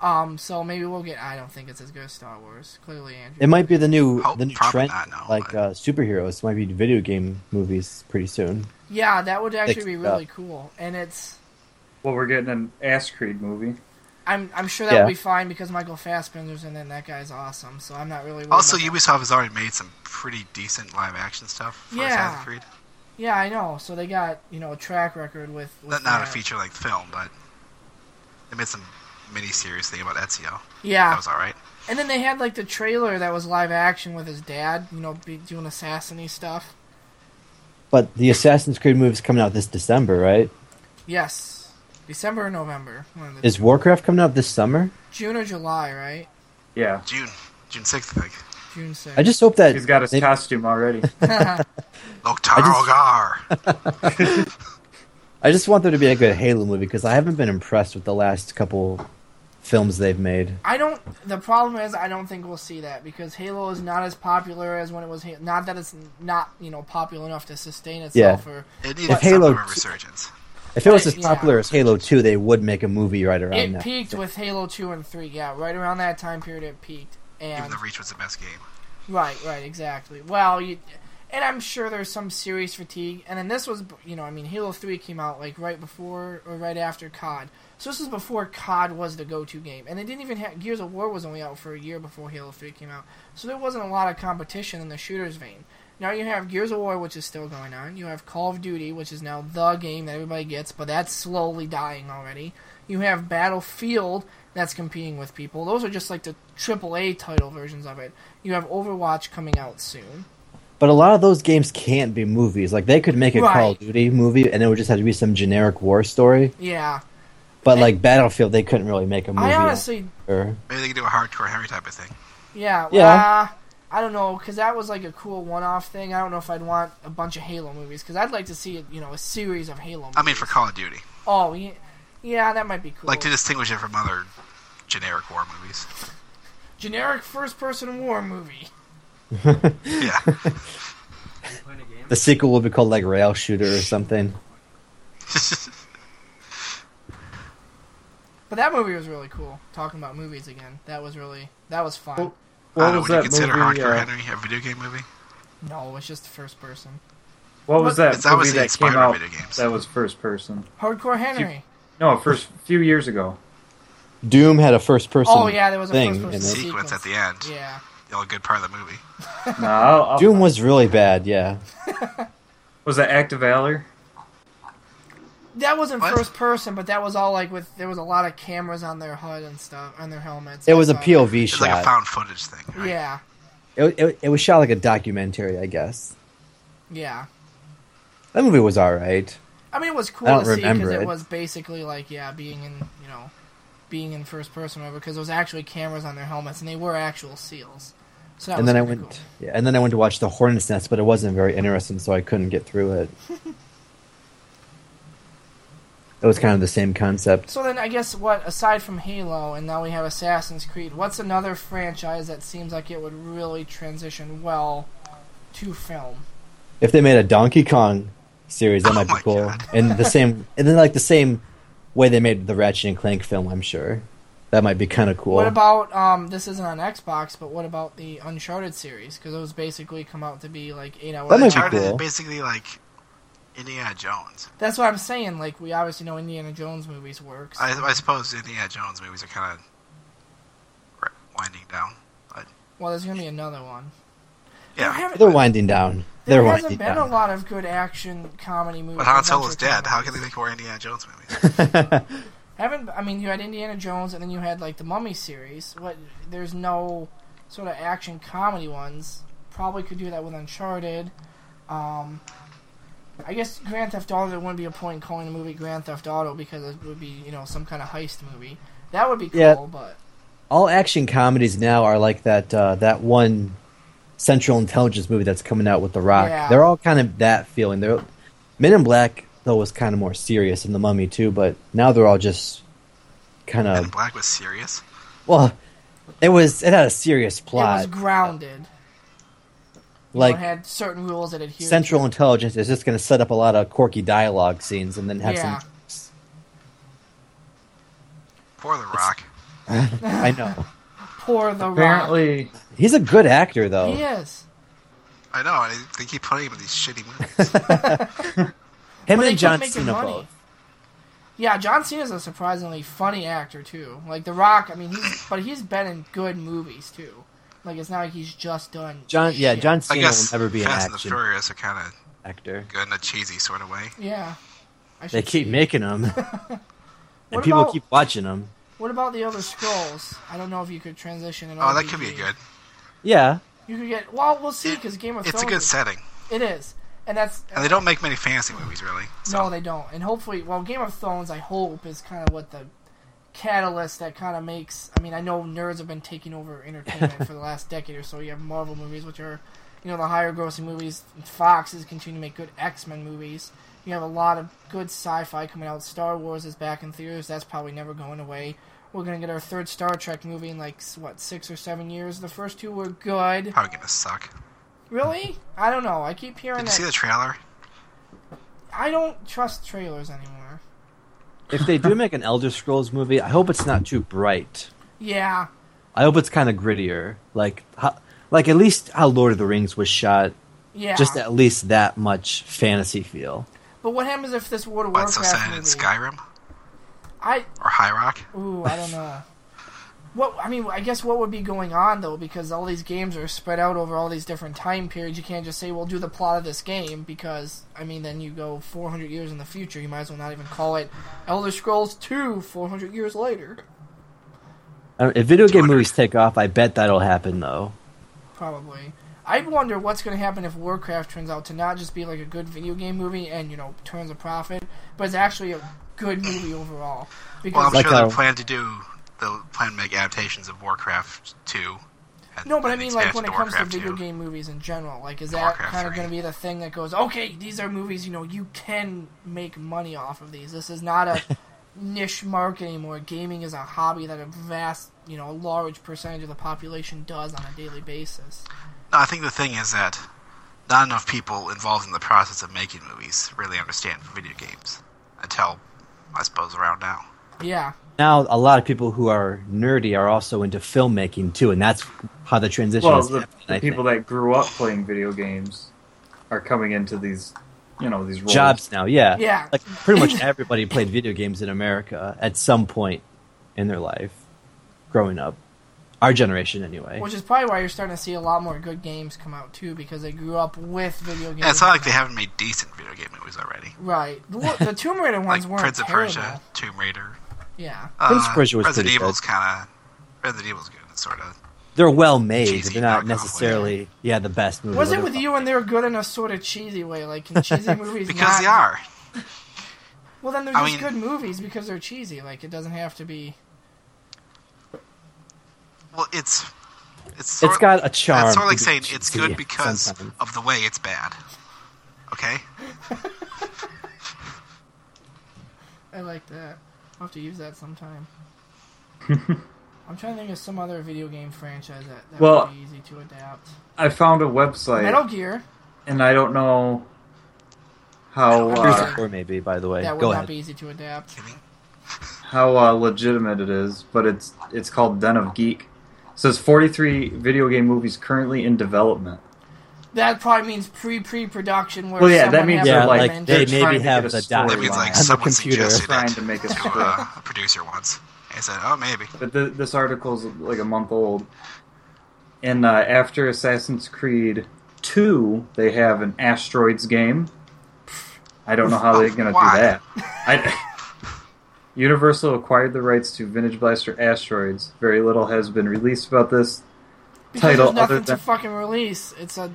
Speaker 2: Um, so maybe we'll get. I don't think it's as good as Star Wars. Clearly, Andrew.
Speaker 4: it might be the new
Speaker 1: Oh,
Speaker 4: the new
Speaker 1: probably
Speaker 4: trend,
Speaker 1: not, no,
Speaker 4: like
Speaker 1: but-
Speaker 4: uh, superheroes. might be video game movies pretty soon.
Speaker 2: yeah, that would actually be
Speaker 4: Thanks,
Speaker 2: really
Speaker 4: yeah.
Speaker 2: cool. And it's.
Speaker 3: Well, we're getting an Ass Creed movie.
Speaker 2: I'm I'm sure that
Speaker 4: Yeah.
Speaker 2: will be fine because Michael Fassbender's in it. and That guy's awesome. So I'm not really. worried
Speaker 1: Also,
Speaker 2: about that.
Speaker 1: Ubisoft has already made some pretty decent live action stuff for
Speaker 2: Yeah.
Speaker 1: Assassin's Creed.
Speaker 2: Yeah, I know. So they got you know a track record with. with
Speaker 1: Not, not a
Speaker 2: that.
Speaker 1: feature length film, but they made some mini series thing about Ezio.
Speaker 2: Yeah,
Speaker 1: That was alright.
Speaker 2: And then they had like the trailer that was live action with his dad, you know, be doing assassiny stuff.
Speaker 4: But the Assassin's Creed movie's coming out this December, right?
Speaker 2: Yes, December or November. One of the
Speaker 4: Is Warcraft coming out this summer?
Speaker 2: June or July, right?
Speaker 3: Yeah.
Speaker 1: June. June 6th, I think.
Speaker 2: June sixth.
Speaker 4: I just hope that
Speaker 3: He's got his
Speaker 4: they-
Speaker 3: costume
Speaker 4: [LAUGHS]
Speaker 3: already.
Speaker 1: Uh, Loktar Ogar.
Speaker 4: I just want there to be a good Halo movie because I haven't been impressed with the last couple films they've made.
Speaker 2: I don't. The problem is, I don't think we'll see that because Halo is not as popular as when it was. Ha- Not that it's not you know popular enough to sustain itself. Or
Speaker 1: It needs some
Speaker 4: If Halo
Speaker 1: sort of
Speaker 4: t-
Speaker 1: resurgence.
Speaker 4: If it was as
Speaker 2: Yeah.
Speaker 4: popular as Halo Two, they would make a movie right around
Speaker 2: it
Speaker 4: now.
Speaker 2: peaked with Halo two and three. Yeah, right around that time period, it peaked.
Speaker 1: Even
Speaker 2: And
Speaker 1: though Reach was the best game.
Speaker 2: Right, right, exactly. Well, you, and I'm sure there's some serious fatigue. And then this was, you know, I mean, Halo 3 came out like right before or right after COD. So this was before COD was the go-to game. And they didn't even have Gears of War was only out for a year before Halo 3 came out. So there wasn't a lot of competition in the shooters vein. Now you have Gears of War, which is still going on. You have Call of Duty, which is now the game that everybody gets, but that's slowly dying already. You have Battlefield, that's competing with people. Those are just like the AAA title versions of it. You have Overwatch coming out soon.
Speaker 4: But a lot of those games can't be movies. Like they could make a Call
Speaker 2: Right.
Speaker 4: of Duty movie, and it would just have to be some generic war story.
Speaker 2: Yeah,
Speaker 4: But like Battlefield, they couldn't really make a movie.
Speaker 2: I honestly,
Speaker 4: or-
Speaker 1: Maybe they could do a hardcore Henry type of thing.
Speaker 2: yeah,
Speaker 4: Yeah.
Speaker 2: yeah. I don't know, because that was like a cool one-off thing. I don't know if I'd want a bunch of Halo movies, because I'd like to see you know a series of Halo. movies.
Speaker 1: I mean, for Call of Duty.
Speaker 2: oh yeah, yeah, that might be cool.
Speaker 1: Like, to distinguish it from other generic war movies.
Speaker 2: generic first-person war movie.
Speaker 1: Yeah.
Speaker 4: the sequel will be called like Rail Shooter or something.
Speaker 2: But that movie was really cool. Talking about movies again, that was really that was fun.
Speaker 3: Well-
Speaker 1: I
Speaker 3: What
Speaker 1: don't know,
Speaker 3: was
Speaker 1: would you
Speaker 3: that
Speaker 1: consider
Speaker 3: movie?
Speaker 1: Hardcore
Speaker 3: uh,
Speaker 1: Henry a video game movie?
Speaker 2: No, it's just first person.
Speaker 3: What was that
Speaker 1: It's
Speaker 3: movie
Speaker 1: obviously
Speaker 3: that
Speaker 1: inspired
Speaker 3: came
Speaker 1: by
Speaker 3: out
Speaker 1: video games.
Speaker 3: that was first person?
Speaker 2: Hardcore Henry.
Speaker 3: No, first few years
Speaker 4: [LAUGHS]
Speaker 3: ago.
Speaker 4: Doom had a first person.
Speaker 2: Oh, yeah, there was a
Speaker 4: thing.
Speaker 2: first-person
Speaker 4: in it.
Speaker 2: sequel.
Speaker 1: Sequence at the end.
Speaker 2: Yeah.
Speaker 1: The only good part of the movie.
Speaker 3: No, I'll, I'll-
Speaker 4: Doom was really bad. Yeah,
Speaker 3: was that Act of Valor.
Speaker 2: That wasn't
Speaker 1: What?
Speaker 2: first person, but that was all like with there was a lot of cameras on their HUD and stuff on their helmets.
Speaker 4: it was a
Speaker 2: That's all.
Speaker 4: POV
Speaker 1: It's
Speaker 4: shot.
Speaker 1: like a found footage thing. Right?
Speaker 2: Yeah,
Speaker 4: it, it, it was shot like a documentary, I guess.
Speaker 2: yeah.
Speaker 4: That movie was all right.
Speaker 2: I mean, it was cool
Speaker 4: I don't
Speaker 2: to see because
Speaker 4: remember
Speaker 2: it
Speaker 4: it.
Speaker 2: was basically like yeah, being in you know, being in first person or whatever because there was actually cameras on their helmets and they were actual seals. So that
Speaker 4: and
Speaker 2: was
Speaker 4: then I
Speaker 2: pretty
Speaker 4: went,
Speaker 2: cool.
Speaker 4: yeah, and then I went to watch The Hornet's Nest, but it wasn't very interesting, so I couldn't get through
Speaker 2: [LAUGHS]
Speaker 4: it. it was kind of the same concept.
Speaker 2: So then I guess what aside from Halo and now we have Assassin's Creed, what's another franchise that seems like it would really transition well to film?
Speaker 4: If they made a Donkey Kong series, that
Speaker 1: Oh
Speaker 4: might be
Speaker 1: my
Speaker 4: cool,
Speaker 1: God.
Speaker 4: and the same, and then like the same way they made the Ratchet and Clank film, I'm sure that might be kind of cool.
Speaker 2: What about um? This isn't on Xbox, but what about the Uncharted series? Because those basically come out to be like eight hours.
Speaker 4: That might be
Speaker 1: Uncharted
Speaker 4: cool.
Speaker 1: is basically like Indiana Jones.
Speaker 2: That's what I'm saying. Like we obviously know Indiana Jones movies works.
Speaker 1: I, I suppose Indiana Jones movies are kind of winding down.
Speaker 2: well, there's gonna be another one. There
Speaker 1: Yeah,
Speaker 2: haven't-
Speaker 4: They're winding down.
Speaker 2: There
Speaker 4: They're
Speaker 2: hasn't
Speaker 4: winding
Speaker 2: been a
Speaker 4: down.
Speaker 2: lot of good action comedy movies.
Speaker 1: but Han
Speaker 2: adventure
Speaker 1: Solo's dead.
Speaker 2: comedies.
Speaker 1: How can they make more Indiana Jones movies?
Speaker 4: [LAUGHS]
Speaker 2: Haven't I mean you had Indiana Jones and then you had like the Mummy series. What there's no sort of action comedy ones. Probably could do that with Uncharted. Um, I guess Grand Theft Auto there wouldn't be a point in calling the movie Grand Theft Auto because it would be you know some kind of heist movie. That would be cool,
Speaker 4: Yeah.
Speaker 2: but
Speaker 4: All action comedies now are like that. Uh, that one Central Intelligence movie that's coming out with The Rock.
Speaker 2: Yeah.
Speaker 4: They're all kind of that feeling. They're Men in Black though was kind of more serious in The Mummy too, but now they're all just kind
Speaker 1: and
Speaker 4: of
Speaker 1: Black was serious.
Speaker 4: well. It was it had a serious plot.
Speaker 2: it was grounded. You know,
Speaker 4: like
Speaker 2: it had certain rules that adhered.
Speaker 4: Central Intelligence is just going to set up a lot of quirky dialogue scenes and then have
Speaker 2: Yeah.
Speaker 4: some.
Speaker 1: Poor The Rock.
Speaker 4: I know
Speaker 2: poor the Rock.
Speaker 3: Apparently,
Speaker 4: he's a good actor though.
Speaker 2: He is.
Speaker 1: I know. I, they keep putting him in these shitty movies.
Speaker 4: [LAUGHS] Him
Speaker 2: But they
Speaker 4: and
Speaker 2: keep
Speaker 4: John
Speaker 2: making
Speaker 4: Cena
Speaker 2: money.
Speaker 4: both.
Speaker 2: Yeah, John Cena's a surprisingly funny actor too. Like The Rock, I mean, he's but he's been in good movies too. Like it's not like he's just done.
Speaker 4: John, yeah,
Speaker 2: shit.
Speaker 4: John
Speaker 1: I
Speaker 4: Cena will
Speaker 1: guess
Speaker 4: never be an
Speaker 1: Fast and the
Speaker 4: action
Speaker 1: Furious are kind of
Speaker 4: actor.
Speaker 1: good in a cheesy sort of way.
Speaker 2: Yeah. I
Speaker 4: They
Speaker 2: should
Speaker 4: keep
Speaker 2: see. [LAUGHS]
Speaker 4: making them, and
Speaker 2: What
Speaker 4: people
Speaker 2: about-
Speaker 4: keep watching them.
Speaker 2: What about the other scrolls? I don't know if you could transition. An
Speaker 1: Oh, that
Speaker 2: RPG.
Speaker 1: could be good.
Speaker 4: Yeah,
Speaker 2: You could get. Well, we'll see because Game of
Speaker 1: It's a
Speaker 2: Thrones.
Speaker 1: good setting,
Speaker 2: It is, and that's.
Speaker 1: and they don't make many fantasy movies really. So
Speaker 2: No, they don't. And hopefully, well, Game of Thrones, I hope, is kind of what the catalyst that kind of makes. I mean, I know nerds have been taking over entertainment for the last decade or so. You have Marvel movies, which are, you know, the higher grossing movies. Fox is continuing to make good X Men movies. You have a lot of good sci fi coming out. Star Wars is back in theaters. That's probably never going away. We're going to get our third Star Trek movie in, like, s- what, six or seven years? The first two were good.
Speaker 1: probably gonna suck.
Speaker 2: Really? I don't know. I keep hearing
Speaker 1: Did you see
Speaker 2: that.
Speaker 1: the trailer?
Speaker 2: I don't trust trailers anymore.
Speaker 4: if they do make an Elder Scrolls movie, I hope it's not too bright.
Speaker 2: Yeah.
Speaker 4: I hope it's kind of grittier, like how, like at least how Lord of the Rings was shot.
Speaker 2: Yeah.
Speaker 4: Just at least that much fantasy feel.
Speaker 2: But what happens if this World of
Speaker 1: What's so
Speaker 2: Warcraft
Speaker 1: sad in
Speaker 2: movie?
Speaker 1: Skyrim
Speaker 2: I
Speaker 1: or High Rock?
Speaker 2: ooh, I don't know. What I mean, I guess what would be going on though, because all these games are spread out over all these different time periods. You can't just say, "Well, do the plot of this game," because I mean, then you go 400 years in the future. You might as well not even call it Elder Scrolls 2 400 years later.
Speaker 4: I don't- Uh, If video game
Speaker 1: 200.
Speaker 4: movies take off, I bet that'll happen though.
Speaker 2: Probably. I wonder what's going to happen if Warcraft turns out to not just be like a good video game movie and you know turns a profit, but it's actually a good movie overall.
Speaker 1: Well, I'm
Speaker 2: Because
Speaker 4: Like
Speaker 1: sure
Speaker 4: how-
Speaker 1: they plan to do. They'll plan to make adaptations of Warcraft two. and-
Speaker 2: No, but I
Speaker 1: and
Speaker 2: mean, like
Speaker 1: expansion
Speaker 2: when it comes to
Speaker 1: Warcraft
Speaker 2: video
Speaker 1: 2.
Speaker 2: game movies in general, like is that
Speaker 1: Warcraft
Speaker 2: kind of
Speaker 1: 3.
Speaker 2: going to be the thing that goes, okay, these are movies you know you can make money off of these. This is
Speaker 1: [LAUGHS]
Speaker 2: not a niche market anymore. Gaming is a hobby that a vast, you know, a large percentage of the population does on a daily basis.
Speaker 1: No, I think the thing is that not enough people involved in the process of making movies really understand video games until, I suppose, around now.
Speaker 2: Yeah,
Speaker 4: Now a lot of people who are nerdy are also into filmmaking too, and that's how the transition
Speaker 3: well,
Speaker 4: is.
Speaker 3: the,
Speaker 4: happening, I
Speaker 3: the people
Speaker 4: think.
Speaker 3: that grew up playing video games are coming into these, you know, these roles.
Speaker 4: jobs now, yeah,
Speaker 2: Yeah.
Speaker 4: Like pretty much everybody played video games in America at some point in their life, growing up. Our generation, anyway.
Speaker 2: which is probably why you're starting to see a lot more good games come out too, because they grew up with video games.
Speaker 1: Yeah, it's not like they haven't made decent video game movies already.
Speaker 2: right. The, wo- the Tomb Raider ones
Speaker 1: [LAUGHS] Like
Speaker 2: weren't
Speaker 1: Prince of
Speaker 2: terrible.
Speaker 1: Persia, Uh, Tomb Raider.
Speaker 2: Yeah,
Speaker 4: Prince of Persia was
Speaker 1: Resident
Speaker 4: pretty good.
Speaker 1: Evil's kind of Resident Evil's good, sort of.
Speaker 4: They're well made.
Speaker 1: Cheesy
Speaker 4: They're not
Speaker 1: knockoff,
Speaker 4: necessarily, yeah, the best movie.
Speaker 2: was
Speaker 4: but
Speaker 2: it
Speaker 4: they're
Speaker 2: with
Speaker 4: fun.
Speaker 2: you and they're good in a sort of cheesy way? Like
Speaker 1: [LAUGHS]
Speaker 2: can cheesy movies
Speaker 1: Because
Speaker 2: not
Speaker 1: they are.
Speaker 2: Well, then they're
Speaker 1: I
Speaker 2: just
Speaker 1: mean-
Speaker 2: good movies because they're cheesy. Like it doesn't have to be.
Speaker 1: Well, it's it's sort
Speaker 4: It's got a charm.
Speaker 1: That's sort of like
Speaker 4: to
Speaker 1: saying
Speaker 4: be
Speaker 1: it's
Speaker 4: cheesy
Speaker 1: good because
Speaker 4: sometimes.
Speaker 1: of the way it's bad. Okay,
Speaker 2: I like that. I'll have to use that
Speaker 3: [LAUGHS]
Speaker 2: sometime. I'm trying to think of some other video game franchise that, that
Speaker 3: Well-
Speaker 2: would be easy to adapt.
Speaker 3: I found a website,
Speaker 2: Metal Gear.
Speaker 3: and I don't know how
Speaker 2: Here's
Speaker 3: uh,
Speaker 2: the-
Speaker 4: Or maybe, by the way,
Speaker 2: That would
Speaker 4: go
Speaker 2: not
Speaker 4: ahead.
Speaker 2: be easy to adapt.
Speaker 3: how uh, legitimate it is, but it's it's called Den of Geek. It says 43 video game movies currently in development.
Speaker 2: That probably means pre pre production where.
Speaker 3: Well, yeah, that
Speaker 2: someone
Speaker 3: means
Speaker 2: has
Speaker 4: yeah,
Speaker 2: to
Speaker 3: they're
Speaker 4: like,
Speaker 2: manage-
Speaker 4: they
Speaker 3: they're
Speaker 4: maybe
Speaker 3: trying to
Speaker 4: have
Speaker 3: get
Speaker 4: the
Speaker 3: a story
Speaker 4: doc
Speaker 1: that means
Speaker 3: line.
Speaker 1: like
Speaker 4: on the
Speaker 1: someone
Speaker 4: computer.
Speaker 1: suggested
Speaker 3: Trying
Speaker 1: it
Speaker 3: to
Speaker 1: to,
Speaker 3: make a
Speaker 1: uh,
Speaker 3: script.
Speaker 1: a producer once. I said, "Oh, maybe."
Speaker 3: But th- this article's like a month old. And uh, after Assassin's Creed two, they have an asteroids game. I don't know how they're going to do
Speaker 1: Why?
Speaker 3: that. I, [LAUGHS] Universal acquired the rights to Vintage Blaster Asteroids. Very little has been released about this.
Speaker 2: Because
Speaker 3: Title
Speaker 2: there's
Speaker 3: other
Speaker 2: nothing to
Speaker 3: than-
Speaker 2: fucking release. It's a.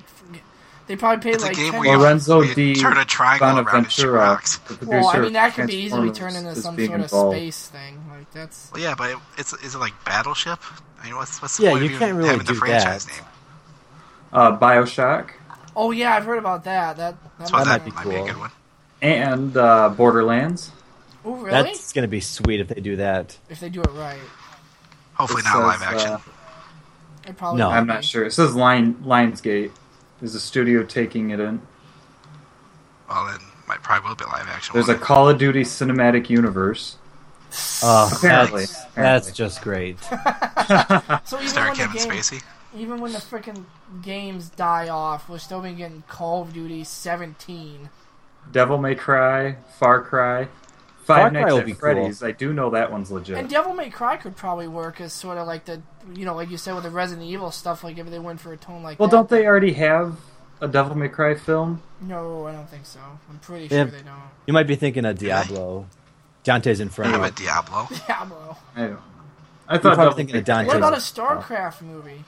Speaker 2: They probably paid
Speaker 1: It's a
Speaker 2: like
Speaker 1: game
Speaker 2: 10
Speaker 1: where you-
Speaker 3: Lorenzo
Speaker 1: We
Speaker 3: D.
Speaker 1: turn a triangle around and shoot
Speaker 3: Bonaventura,
Speaker 1: rocks.
Speaker 3: the producer
Speaker 2: Well, I mean,
Speaker 3: of
Speaker 2: that could be easily
Speaker 3: Transformers,
Speaker 2: turned into
Speaker 3: is
Speaker 2: some
Speaker 3: being
Speaker 2: sort
Speaker 3: involved.
Speaker 2: of space thing. Like that's
Speaker 1: Well, yeah, but it, it's is it like Battleship? I mean, what's what's the
Speaker 4: Yeah,
Speaker 1: point
Speaker 4: you
Speaker 1: of even
Speaker 4: can't really
Speaker 1: having the
Speaker 4: do
Speaker 1: franchise
Speaker 4: that.
Speaker 1: name?
Speaker 3: Uh, Bioshock
Speaker 2: oh yeah, I've heard about that. That that,
Speaker 1: So that,
Speaker 4: might
Speaker 1: might
Speaker 4: be
Speaker 1: be,
Speaker 4: cool.
Speaker 1: a good one.
Speaker 3: and uh, Borderlands.
Speaker 2: Oh really?
Speaker 4: That's going to be sweet if they do that.
Speaker 2: If they do it right,
Speaker 1: Hopefully
Speaker 3: It
Speaker 1: not live
Speaker 3: says,
Speaker 1: action.
Speaker 3: uh,
Speaker 2: it probably.
Speaker 4: No.
Speaker 2: would
Speaker 3: I'm
Speaker 2: be.
Speaker 3: not sure. It says Lion, Lionsgate is the studio taking it in.
Speaker 1: well, then might probably will be live action.
Speaker 3: There's a
Speaker 1: won't it?
Speaker 3: Call of Duty cinematic universe.
Speaker 4: Oh,
Speaker 3: Apparently,
Speaker 4: That's, that's
Speaker 3: apparently.
Speaker 4: just great.
Speaker 2: So even
Speaker 1: Star
Speaker 2: when the
Speaker 1: Kevin
Speaker 2: game,
Speaker 1: Spacey.
Speaker 2: even when the freaking games die off, we're still been getting Call of Duty 17.
Speaker 3: Devil May Cry, Far Cry, Five
Speaker 4: Far Cry
Speaker 3: Nights
Speaker 4: will
Speaker 3: at
Speaker 4: be cool.
Speaker 3: Freddy's. I do know that one's legit.
Speaker 2: And Devil May Cry could probably work as sort of like the, you know, like you said with the Resident Evil stuff. Like if they went for a tone like
Speaker 3: well,
Speaker 2: that.
Speaker 3: don't they already have a Devil May Cry film?
Speaker 2: No, I don't think so. I'm pretty
Speaker 4: They
Speaker 2: sure
Speaker 4: have-
Speaker 2: they don't. [LAUGHS]
Speaker 4: You might be thinking of Diablo. Dante's
Speaker 1: I have
Speaker 4: Inferno.
Speaker 1: a Diablo.
Speaker 2: Diablo.
Speaker 3: I don't. know. I
Speaker 4: probably
Speaker 3: thought Devil
Speaker 4: thinking
Speaker 3: May
Speaker 4: of
Speaker 3: Cry-
Speaker 4: Dante.
Speaker 2: What about a StarCraft movie?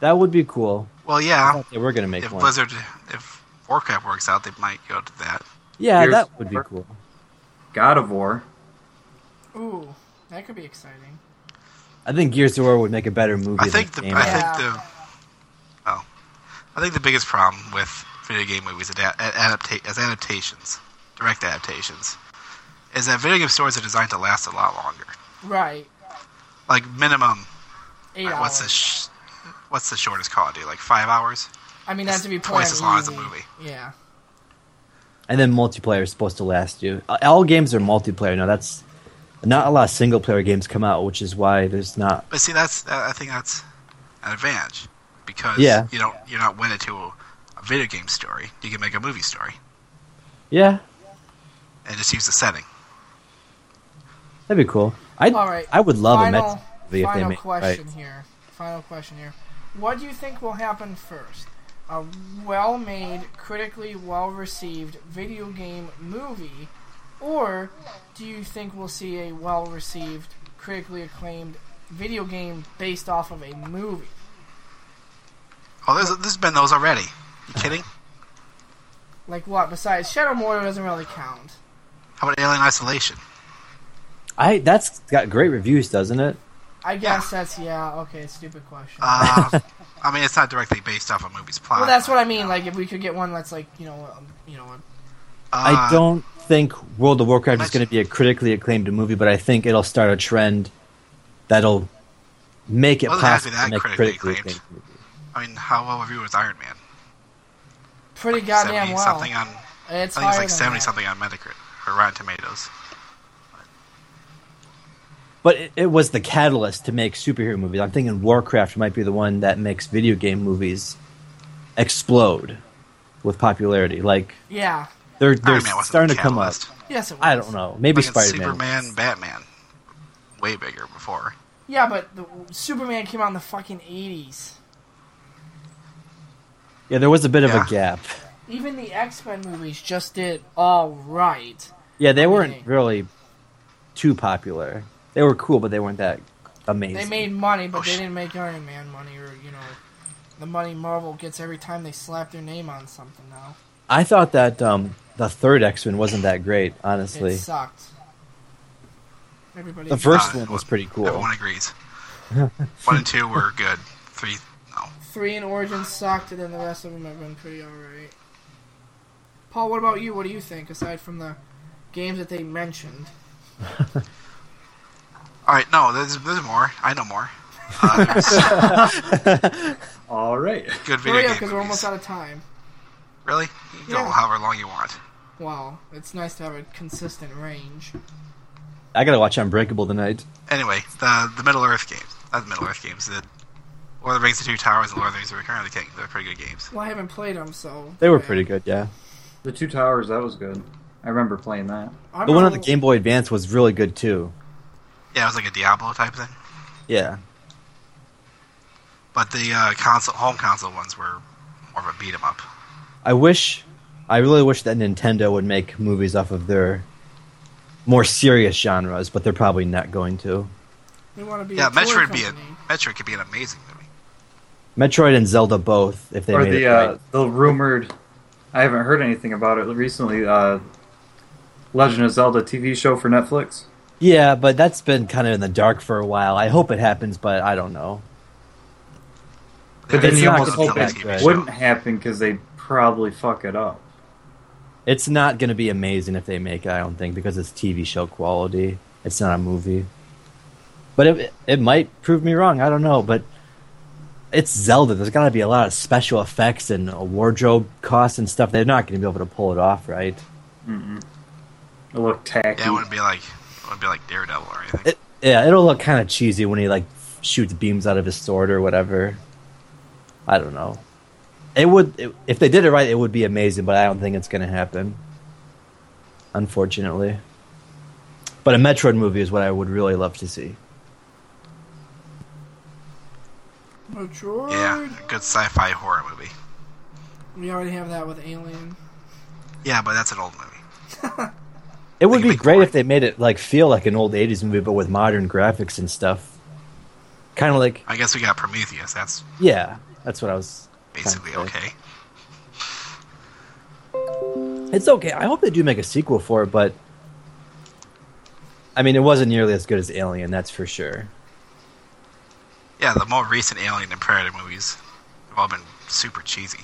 Speaker 4: That would be cool.
Speaker 1: Well, yeah.
Speaker 4: They were going to make
Speaker 1: If
Speaker 4: one.
Speaker 1: Blizzard, if Warcraft works out, they might go to that.
Speaker 4: yeah,
Speaker 3: Gears
Speaker 4: that
Speaker 3: of
Speaker 4: would be
Speaker 3: War.
Speaker 4: cool.
Speaker 3: God of War.
Speaker 2: Ooh, that could be exciting.
Speaker 4: I think Gears of War would make a better movie.
Speaker 1: I think the
Speaker 4: than the game.
Speaker 1: I
Speaker 2: Yeah.
Speaker 1: think the oh, I think the biggest problem with video game movies ada- adapta- as adaptations, direct adaptations, is that video game stories are designed to last a lot longer.
Speaker 2: Right.
Speaker 1: Like minimum,
Speaker 2: Eight
Speaker 1: like,
Speaker 2: hours.
Speaker 1: what's the sh- what's the shortest Call of Duty? Like five hours.
Speaker 2: I mean,
Speaker 1: it's
Speaker 2: that to be
Speaker 1: twice
Speaker 2: planned
Speaker 1: as long as a
Speaker 2: easy.
Speaker 1: movie.
Speaker 2: Yeah.
Speaker 4: And then multiplayer is supposed to last you. Uh, All games are multiplayer now. That's not a lot of single player games come out, which is why there's not.
Speaker 1: But see, that's I I think that's an advantage because
Speaker 4: Yeah.
Speaker 1: you don't you're not wedded to a, a video game story. You can make a movie story
Speaker 4: Yeah,
Speaker 1: and just use the setting.
Speaker 4: that'd be cool. I
Speaker 2: All right.
Speaker 4: I would love a
Speaker 2: final,
Speaker 4: Mexican movie if they
Speaker 2: final
Speaker 4: make
Speaker 2: question
Speaker 4: right.
Speaker 2: here. Final question here. What do you think will happen first? A well-made, critically well-received video game movie, or do you think we'll see a well-received, critically acclaimed video game based off of a movie?
Speaker 1: Oh, there's there's been those already. You
Speaker 4: Uh-huh.
Speaker 1: kidding?
Speaker 2: Like what? Besides, Shadow Mortar doesn't really count.
Speaker 1: How about Alien Isolation?
Speaker 4: I that's got great reviews, doesn't it?
Speaker 2: I guess that's yeah. Okay, stupid question.
Speaker 4: [LAUGHS]
Speaker 1: Uh, I mean, it's not directly based off a movie's plot.
Speaker 2: well, that's what I mean. Like, if we could get one that's like you know, um, you know, a
Speaker 4: I
Speaker 1: Uh,
Speaker 4: don't think World of Warcraft is
Speaker 1: Imagine-
Speaker 4: going to be a critically acclaimed movie, but I think it'll start a trend that'll make it
Speaker 1: Well, it has to be
Speaker 4: possible to
Speaker 1: that
Speaker 4: make a
Speaker 1: critically
Speaker 4: critically
Speaker 1: acclaimed.
Speaker 4: acclaimed movie.
Speaker 1: I mean, how well reviewed was Iron Man?
Speaker 2: pretty goddamn
Speaker 1: 70
Speaker 2: well.
Speaker 1: something on.
Speaker 2: It's
Speaker 1: I think it's
Speaker 2: higher
Speaker 1: like
Speaker 2: than
Speaker 1: seventy
Speaker 2: that.
Speaker 1: something on Metacritic or Rotten Tomatoes.
Speaker 4: But it, it was the catalyst to make superhero movies. I'm thinking Warcraft might be the one that makes video game movies explode with popularity. Like
Speaker 2: Yeah.
Speaker 4: they're they're
Speaker 1: Iron Man wasn't
Speaker 4: starting
Speaker 1: the
Speaker 4: to come up.
Speaker 1: catalyst.
Speaker 2: Yes, it was.
Speaker 4: I don't know. Maybe
Speaker 1: Freaking
Speaker 4: Spider Man.
Speaker 1: Superman, Batman, way bigger before.
Speaker 2: Yeah, but the, Superman came out in the fucking eighties.
Speaker 4: Yeah, there was a bit of
Speaker 1: Yeah.
Speaker 4: a gap.
Speaker 2: Even the X Men movies just did all right.
Speaker 4: Yeah, they
Speaker 2: What do you
Speaker 4: weren't
Speaker 2: think?
Speaker 4: really too popular. They were cool, but they weren't that amazing.
Speaker 2: They made money, but
Speaker 1: Oh,
Speaker 2: they
Speaker 1: shit.
Speaker 2: didn't make Iron Man money, or you know, the money Marvel gets every time they slap their name on something. Now
Speaker 4: I thought that um, the third X Men wasn't that great,
Speaker 2: it
Speaker 4: honestly.
Speaker 2: sucked. Everybody.
Speaker 4: The first
Speaker 1: Uh,
Speaker 4: one was pretty cool.
Speaker 1: Everyone agrees. One and two were good. Three, no.
Speaker 2: Three in Origin sucked, and then the rest of them have been pretty alright. Paul, what about you? What do you think, aside from the games that they mentioned?
Speaker 1: All right, no. There's there's more. I know more. Uh, there's
Speaker 3: All right. [LAUGHS]
Speaker 1: good video
Speaker 2: Hurry up,
Speaker 1: game
Speaker 2: because
Speaker 1: movies.
Speaker 2: we're almost out of time.
Speaker 1: Really? You can go
Speaker 2: Yeah.
Speaker 1: however long you want.
Speaker 2: Wow, it's nice to have a consistent range.
Speaker 4: I gotta watch Unbreakable tonight.
Speaker 1: anyway, the the Middle Earth games, not the Middle Earth games, the Lord of the Rings: The Two Towers and Lord of the Rings: The Return of the King. They're pretty good games.
Speaker 2: Well, I haven't played them, so
Speaker 4: They were pretty good, yeah.
Speaker 3: The Two Towers. That was good. I remember playing that.
Speaker 2: I
Speaker 4: The one on the
Speaker 2: remember-
Speaker 4: Game Boy Advance was really good too.
Speaker 1: Yeah, it was like a Diablo type thing,
Speaker 4: Yeah.
Speaker 1: but the uh, console, home console ones were more of a beat 'em up.
Speaker 4: I wish, I really wish that Nintendo would make movies off of their more serious genres, but they're probably not going to.
Speaker 2: We want to be
Speaker 1: Yeah,
Speaker 2: a toy
Speaker 1: Metroid be a,
Speaker 2: company.
Speaker 1: Metroid could be an amazing movie.
Speaker 4: Metroid and Zelda both, if they
Speaker 3: or
Speaker 4: made
Speaker 3: the
Speaker 4: it right.
Speaker 3: uh, the rumored. I haven't heard anything about it recently. Uh, Legend of Zelda TV show for Netflix.
Speaker 4: yeah, but that's been kind of in the dark for a while. I hope it happens, but I don't know.
Speaker 3: But
Speaker 1: They
Speaker 3: then
Speaker 1: already
Speaker 3: you
Speaker 1: have
Speaker 3: almost
Speaker 1: one
Speaker 3: hope
Speaker 1: on
Speaker 4: that
Speaker 3: it
Speaker 1: the TV show.
Speaker 3: wouldn't happen because they'd probably fuck it up.
Speaker 4: It's not going to be amazing if they make it, I don't think, because it's TV show quality. It's not a movie. But it, it might prove me wrong. I don't know. But it's Zelda. There's got to be a lot of special effects and uh, wardrobe costs and stuff. They're not going to be able to pull it off, right?
Speaker 3: It looked tacky.
Speaker 1: Yeah, it wouldn't be like it wouldn't be like Daredevil or anything.
Speaker 4: It, yeah, it'll look kind of cheesy when he like shoots beams out of his sword or whatever. I don't know. It would it, if they did it right, it would be amazing. But I don't think it's going to happen, unfortunately. But a Metroid movie is what I would really love to see.
Speaker 2: Metroid.
Speaker 1: Yeah, a good sci-fi horror movie.
Speaker 2: We already have that with Alien.
Speaker 1: Yeah, but that's an old movie.
Speaker 4: It would
Speaker 1: Like a
Speaker 4: be
Speaker 1: big
Speaker 4: great
Speaker 1: boy.
Speaker 4: if they made it like feel like an old '80s movie, but with modern graphics and stuff. Kind of like,
Speaker 1: I guess we got Prometheus. That's
Speaker 4: yeah, that's what I was. trying to
Speaker 1: basically
Speaker 4: say.
Speaker 1: okay.
Speaker 4: It's okay. I hope they do make a sequel for it, but I mean, it wasn't nearly as good as Alien, that's for sure.
Speaker 1: Yeah, the more recent Alien and Predator movies have all been super cheesy.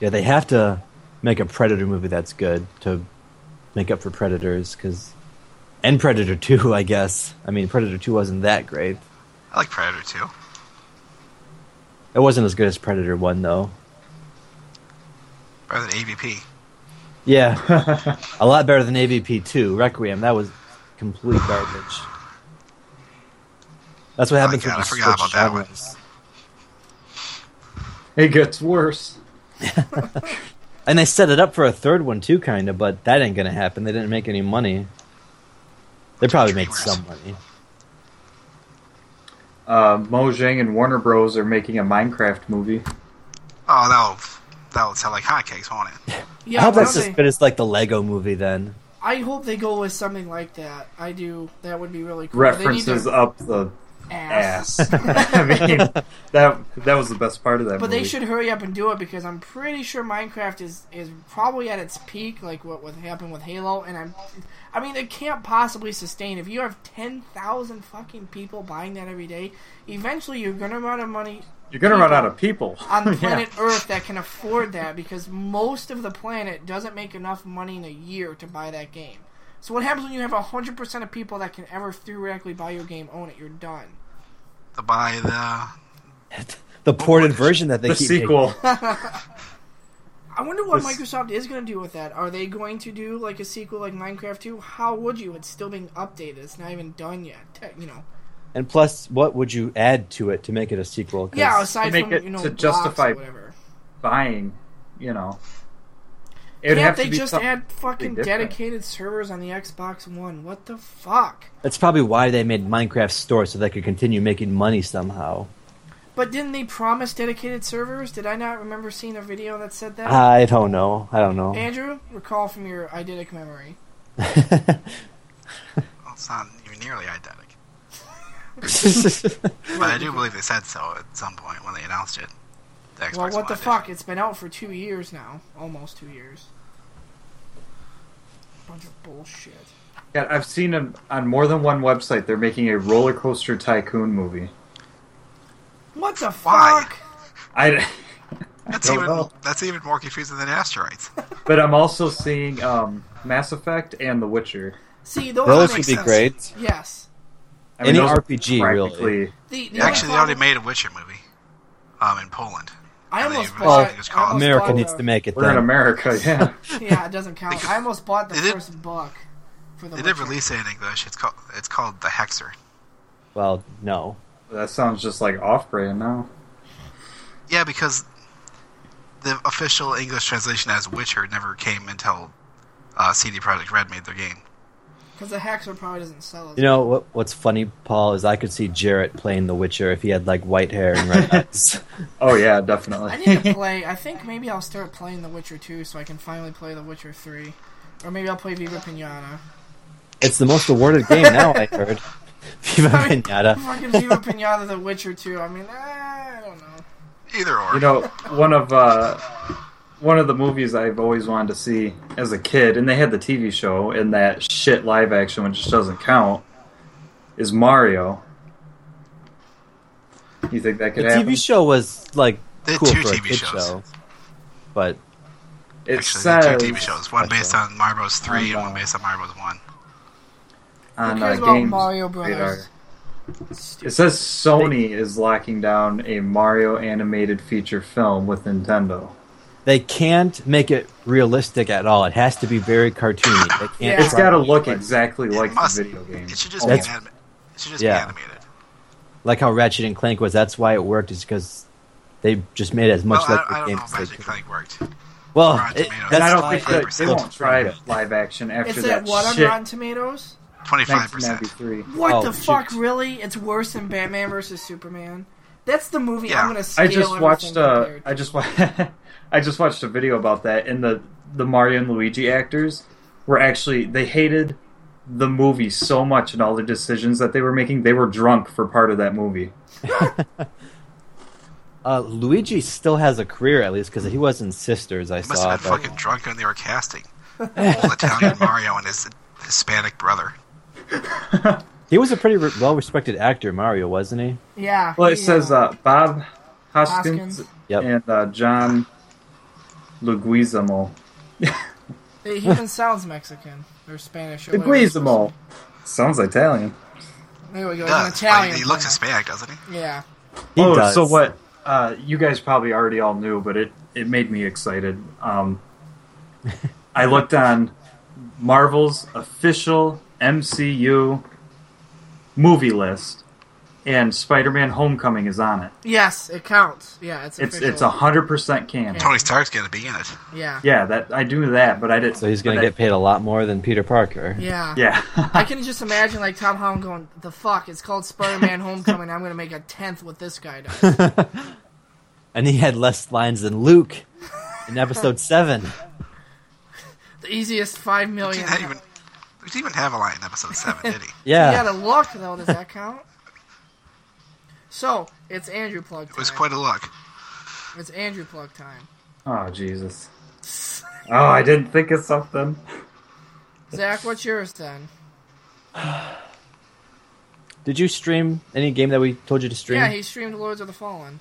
Speaker 4: Yeah, they have to make a Predator movie that's good to make up for Predators, because and Predator Two, [LAUGHS] I guess. I mean, Predator Two wasn't that great.
Speaker 1: I like Predator too.
Speaker 4: It wasn't as good as Predator One, though.
Speaker 1: Better than AVP. [LAUGHS]
Speaker 4: Yeah, a lot better than AVP two Requiem. That was complete garbage. That's what happens
Speaker 1: Oh, God,
Speaker 4: when
Speaker 1: I
Speaker 4: you
Speaker 1: forgot
Speaker 4: switch
Speaker 1: about that one.
Speaker 4: genres.
Speaker 3: It gets worse.
Speaker 4: And they set it up for a third one too, kind of, but that ain't gonna happen. They didn't make any money. They probably made
Speaker 1: Dreamers.
Speaker 4: some money.
Speaker 3: Uh, Mojang and Warner Bros are making a Minecraft movie.
Speaker 1: Oh, that'll that'll sell like hotcakes, won't it?
Speaker 4: I
Speaker 2: Yeah,
Speaker 4: hope that's
Speaker 2: why
Speaker 4: as
Speaker 2: don't they-
Speaker 4: good as like the Lego movie then. [LAUGHS]
Speaker 2: I hope they go with something like that. I do. That would be really cool. they need
Speaker 3: References
Speaker 2: to
Speaker 3: up the
Speaker 2: ass. [LAUGHS]
Speaker 3: ass. [LAUGHS] I mean, that that was the best part of that.
Speaker 2: But
Speaker 3: movie.
Speaker 2: they should hurry up and do it because I'm pretty sure Minecraft is, is probably at its peak, like what would happen with Halo. And I'm, I mean, it can't possibly sustain if you have ten thousand fucking people buying that every day. Eventually, you're gonna run out of money
Speaker 3: You're gonna run out of people
Speaker 2: on
Speaker 3: [LAUGHS] Yeah.
Speaker 2: planet Earth that can afford that because most of the planet doesn't make enough money in a year to buy that game. So what happens when you have hundred percent of people that can ever theoretically buy your game own it? You're done.
Speaker 1: To buy the
Speaker 4: The ported version that they
Speaker 3: The
Speaker 4: keep
Speaker 3: sequel.
Speaker 2: I wonder what
Speaker 3: This-
Speaker 2: Microsoft is going to do with that. Are they going to do like a sequel like Minecraft 2? How would you? It's still being updated. It's not even done yet. Te- You know.
Speaker 4: making. And plus, what would you add to it to make it a sequel? 'Cause
Speaker 2: Yeah, aside
Speaker 3: make
Speaker 2: from
Speaker 3: it
Speaker 2: you know
Speaker 3: to
Speaker 2: blocks
Speaker 3: justify-
Speaker 2: or whatever.
Speaker 3: [LAUGHS] Buying, you know. It'd
Speaker 2: Can't
Speaker 3: have to
Speaker 2: they
Speaker 3: be
Speaker 2: just
Speaker 3: something-
Speaker 2: add fucking
Speaker 3: different.
Speaker 2: dedicated servers on the Xbox One? What the fuck?
Speaker 4: that's probably why they made Minecraft Store so they could continue making money somehow.
Speaker 2: But didn't they promise dedicated servers? Did I not remember seeing a video that said that?
Speaker 4: I don't know. I don't [LAUGHS] know.
Speaker 2: Andrew, recall from your eidetic memory.
Speaker 1: well, it's not even nearly identical. But I do believe they said so at some point when they announced it. The Xbox
Speaker 2: well, what
Speaker 1: One
Speaker 2: the
Speaker 1: edition.
Speaker 2: fuck? It's been out for two years now. Almost two years. Bunch of bullshit.
Speaker 3: Yeah, I've seen them on more than one website. They're making a roller coaster tycoon movie.
Speaker 2: What the
Speaker 1: Why?
Speaker 2: fuck?
Speaker 3: I, [LAUGHS] I
Speaker 1: That's
Speaker 3: don't
Speaker 1: even
Speaker 3: know.
Speaker 1: that's even more confusing than
Speaker 2: [LAUGHS]
Speaker 1: asteroids.
Speaker 3: But I'm also seeing um, Mass Effect and The Witcher.
Speaker 2: See, those,
Speaker 4: Those
Speaker 2: are-
Speaker 4: would
Speaker 1: makes
Speaker 4: be
Speaker 1: sense.
Speaker 4: great.
Speaker 2: Yes.
Speaker 3: I
Speaker 4: Any
Speaker 3: those are
Speaker 4: RPG, really.
Speaker 3: practically-
Speaker 2: The, the
Speaker 1: Actually, they already
Speaker 2: problem-
Speaker 1: made a Witcher movie, um, in Poland.
Speaker 2: I
Speaker 1: and they
Speaker 2: almost
Speaker 1: released
Speaker 2: bought.
Speaker 1: it. It's
Speaker 2: I
Speaker 1: called
Speaker 2: almost
Speaker 4: America
Speaker 2: bought
Speaker 4: needs
Speaker 2: the-
Speaker 4: to make it.
Speaker 3: We're in
Speaker 4: Then.
Speaker 3: America, [LAUGHS] yeah.
Speaker 2: [LAUGHS] Yeah, it doesn't count. I almost bought the
Speaker 1: [LAUGHS] They did-
Speaker 2: first book for the.
Speaker 1: They did
Speaker 2: Witcher.
Speaker 1: release it in English. It's called it's called the Hexer.
Speaker 4: Well, no.
Speaker 3: that sounds just like off-brand now.
Speaker 1: Yeah, because the official English translation as Witcher never came until uh, CD Projekt Red made their game.
Speaker 2: Because the Haxor probably doesn't sell as
Speaker 4: You know what? What's funny, Paul, is I could see Jarrett playing The Witcher if he had like white hair and red eyes.
Speaker 1: [LAUGHS]
Speaker 3: Oh yeah,
Speaker 2: I need to
Speaker 3: definitely.
Speaker 2: play. I think maybe I'll start playing The Witcher 2 so I can finally play The Witcher 3. Or maybe I'll play Viva Pinata.
Speaker 4: It's the most awarded game now. I heard. [LAUGHS] Viva
Speaker 2: I mean,
Speaker 4: Pinata.
Speaker 2: Fucking Viva Pinata The Witcher 2. I mean, eh, I don't know.
Speaker 1: Either or.
Speaker 3: you know, one of uh, one of the movies I've always wanted to see as a kid, and they had the TV show, and that shit live action, which just doesn't count, is Mario. You think that
Speaker 4: The
Speaker 3: could happen?
Speaker 4: TV show was like
Speaker 1: They had
Speaker 4: cool
Speaker 1: two
Speaker 4: for a
Speaker 1: TV
Speaker 4: kid
Speaker 1: shows.
Speaker 4: show, but
Speaker 3: it
Speaker 1: Actually, there
Speaker 3: says
Speaker 1: are two TV shows. One
Speaker 4: That's
Speaker 1: based
Speaker 4: right.
Speaker 1: on Mario Bros. 3 and
Speaker 3: And, uh,
Speaker 1: one based on Mario Bros. 1.
Speaker 2: Who
Speaker 3: on uh,
Speaker 2: cares about
Speaker 3: Games
Speaker 2: Mario
Speaker 3: Radar.
Speaker 2: Brothers?
Speaker 3: It says Sony is locking down a Mario animated feature film with Nintendo.
Speaker 4: they can't make it realistic at all. It has to be very cartoony. They can't
Speaker 2: Yeah.
Speaker 3: It's
Speaker 4: try
Speaker 3: got to
Speaker 4: be
Speaker 3: look
Speaker 4: like,
Speaker 3: exactly like
Speaker 1: must-
Speaker 3: the video game.
Speaker 1: It should just, be,
Speaker 4: That's-
Speaker 1: anima- it should just
Speaker 4: Yeah.
Speaker 1: be animated.
Speaker 4: like how Ratchet and Clank was. That's why it worked. Is because they just made it as much
Speaker 1: well,
Speaker 4: like
Speaker 1: I, I
Speaker 4: the
Speaker 1: don't
Speaker 4: game
Speaker 1: know if
Speaker 4: as they
Speaker 1: Magic
Speaker 4: could.
Speaker 1: Clank worked.
Speaker 4: Well,
Speaker 1: Rotten
Speaker 4: it,
Speaker 1: Tomatoes.
Speaker 4: that's
Speaker 3: and I don't
Speaker 4: why
Speaker 3: think
Speaker 4: it
Speaker 3: that they won't
Speaker 4: looks
Speaker 3: try
Speaker 4: good.
Speaker 3: live action after
Speaker 2: It's
Speaker 3: that
Speaker 2: at what on
Speaker 3: shit.
Speaker 2: Rotten Tomatoes?
Speaker 1: 25%.
Speaker 3: 1993.
Speaker 2: What
Speaker 4: Oh,
Speaker 2: the
Speaker 4: shoot.
Speaker 2: fuck, really? It's worse than Batman vs Superman. That's the movie
Speaker 1: Yeah.
Speaker 2: I'm gonna scale
Speaker 3: I just
Speaker 2: everything
Speaker 3: watched. Uh,
Speaker 2: compared to.
Speaker 3: I just wa- [LAUGHS] I just watched a video about that, and the the Mario and Luigi actors were actually they hated the movie so much and all the decisions that they were making. They were drunk for part of that movie.
Speaker 4: Uh, Luigi still has a career at least because he was in Sisters. I
Speaker 1: They must have been
Speaker 4: saw, but
Speaker 1: fucking drunk when they were
Speaker 3: [LAUGHS]
Speaker 1: casting. Old Italian Mario and his Hispanic brother.
Speaker 4: he was a pretty re- well-respected actor. Mario wasn't he?
Speaker 2: yeah.
Speaker 3: Well, it
Speaker 2: yeah.
Speaker 3: says uh, Bob Hoskins,
Speaker 2: Hoskins.
Speaker 4: Yep.
Speaker 3: and uh, John Leguizamo.
Speaker 2: It even sounds Mexican or Spanish. Or whatever.
Speaker 3: Leguizamo sounds Italian.
Speaker 2: There we go.
Speaker 1: Does.
Speaker 2: It's an Italian.
Speaker 1: Like, he looks
Speaker 2: thing.
Speaker 1: Hispanic, doesn't he?
Speaker 2: Yeah.
Speaker 4: He
Speaker 3: oh,
Speaker 4: does.
Speaker 3: so what? Uh, you guys probably already all knew, but it it made me excited. Um,
Speaker 4: [LAUGHS]
Speaker 3: I looked on Marvel's official MCU movie list, and Spider-Man: Homecoming is on it.
Speaker 2: Yes, it counts. Yeah, it's
Speaker 3: It's
Speaker 2: official.
Speaker 3: it's a hundred percent canon.
Speaker 1: Tony Stark's going to be in it.
Speaker 2: Yeah.
Speaker 3: Yeah, that I do that, but I didn't.
Speaker 4: So he's going to
Speaker 3: but
Speaker 4: get paid a lot more than Peter Parker.
Speaker 2: Yeah.
Speaker 3: I- Yeah, [LAUGHS]
Speaker 2: I can just imagine like Tom Holland going, "The fuck! It's called Spider-Man: Homecoming. I'm gonna make a tenth what this guy does."
Speaker 4: And he had less lines than Luke in episode 7.
Speaker 2: The easiest five
Speaker 1: He
Speaker 2: million.
Speaker 1: didn't even, he didn't even have a line in episode 7, did he?
Speaker 2: You
Speaker 4: Yeah.
Speaker 2: gotta look though. Does that count? So it's Andrew plug time. [LAUGHS]
Speaker 1: It was quite a look.
Speaker 2: It's Andrew plug time.
Speaker 3: oh Jesus. Oh, I didn't think of something. [LAUGHS]
Speaker 2: Zach, what's yours then?
Speaker 4: Did you stream any game that we told you to stream?
Speaker 2: Yeah, he streamed Lords of the Fallen.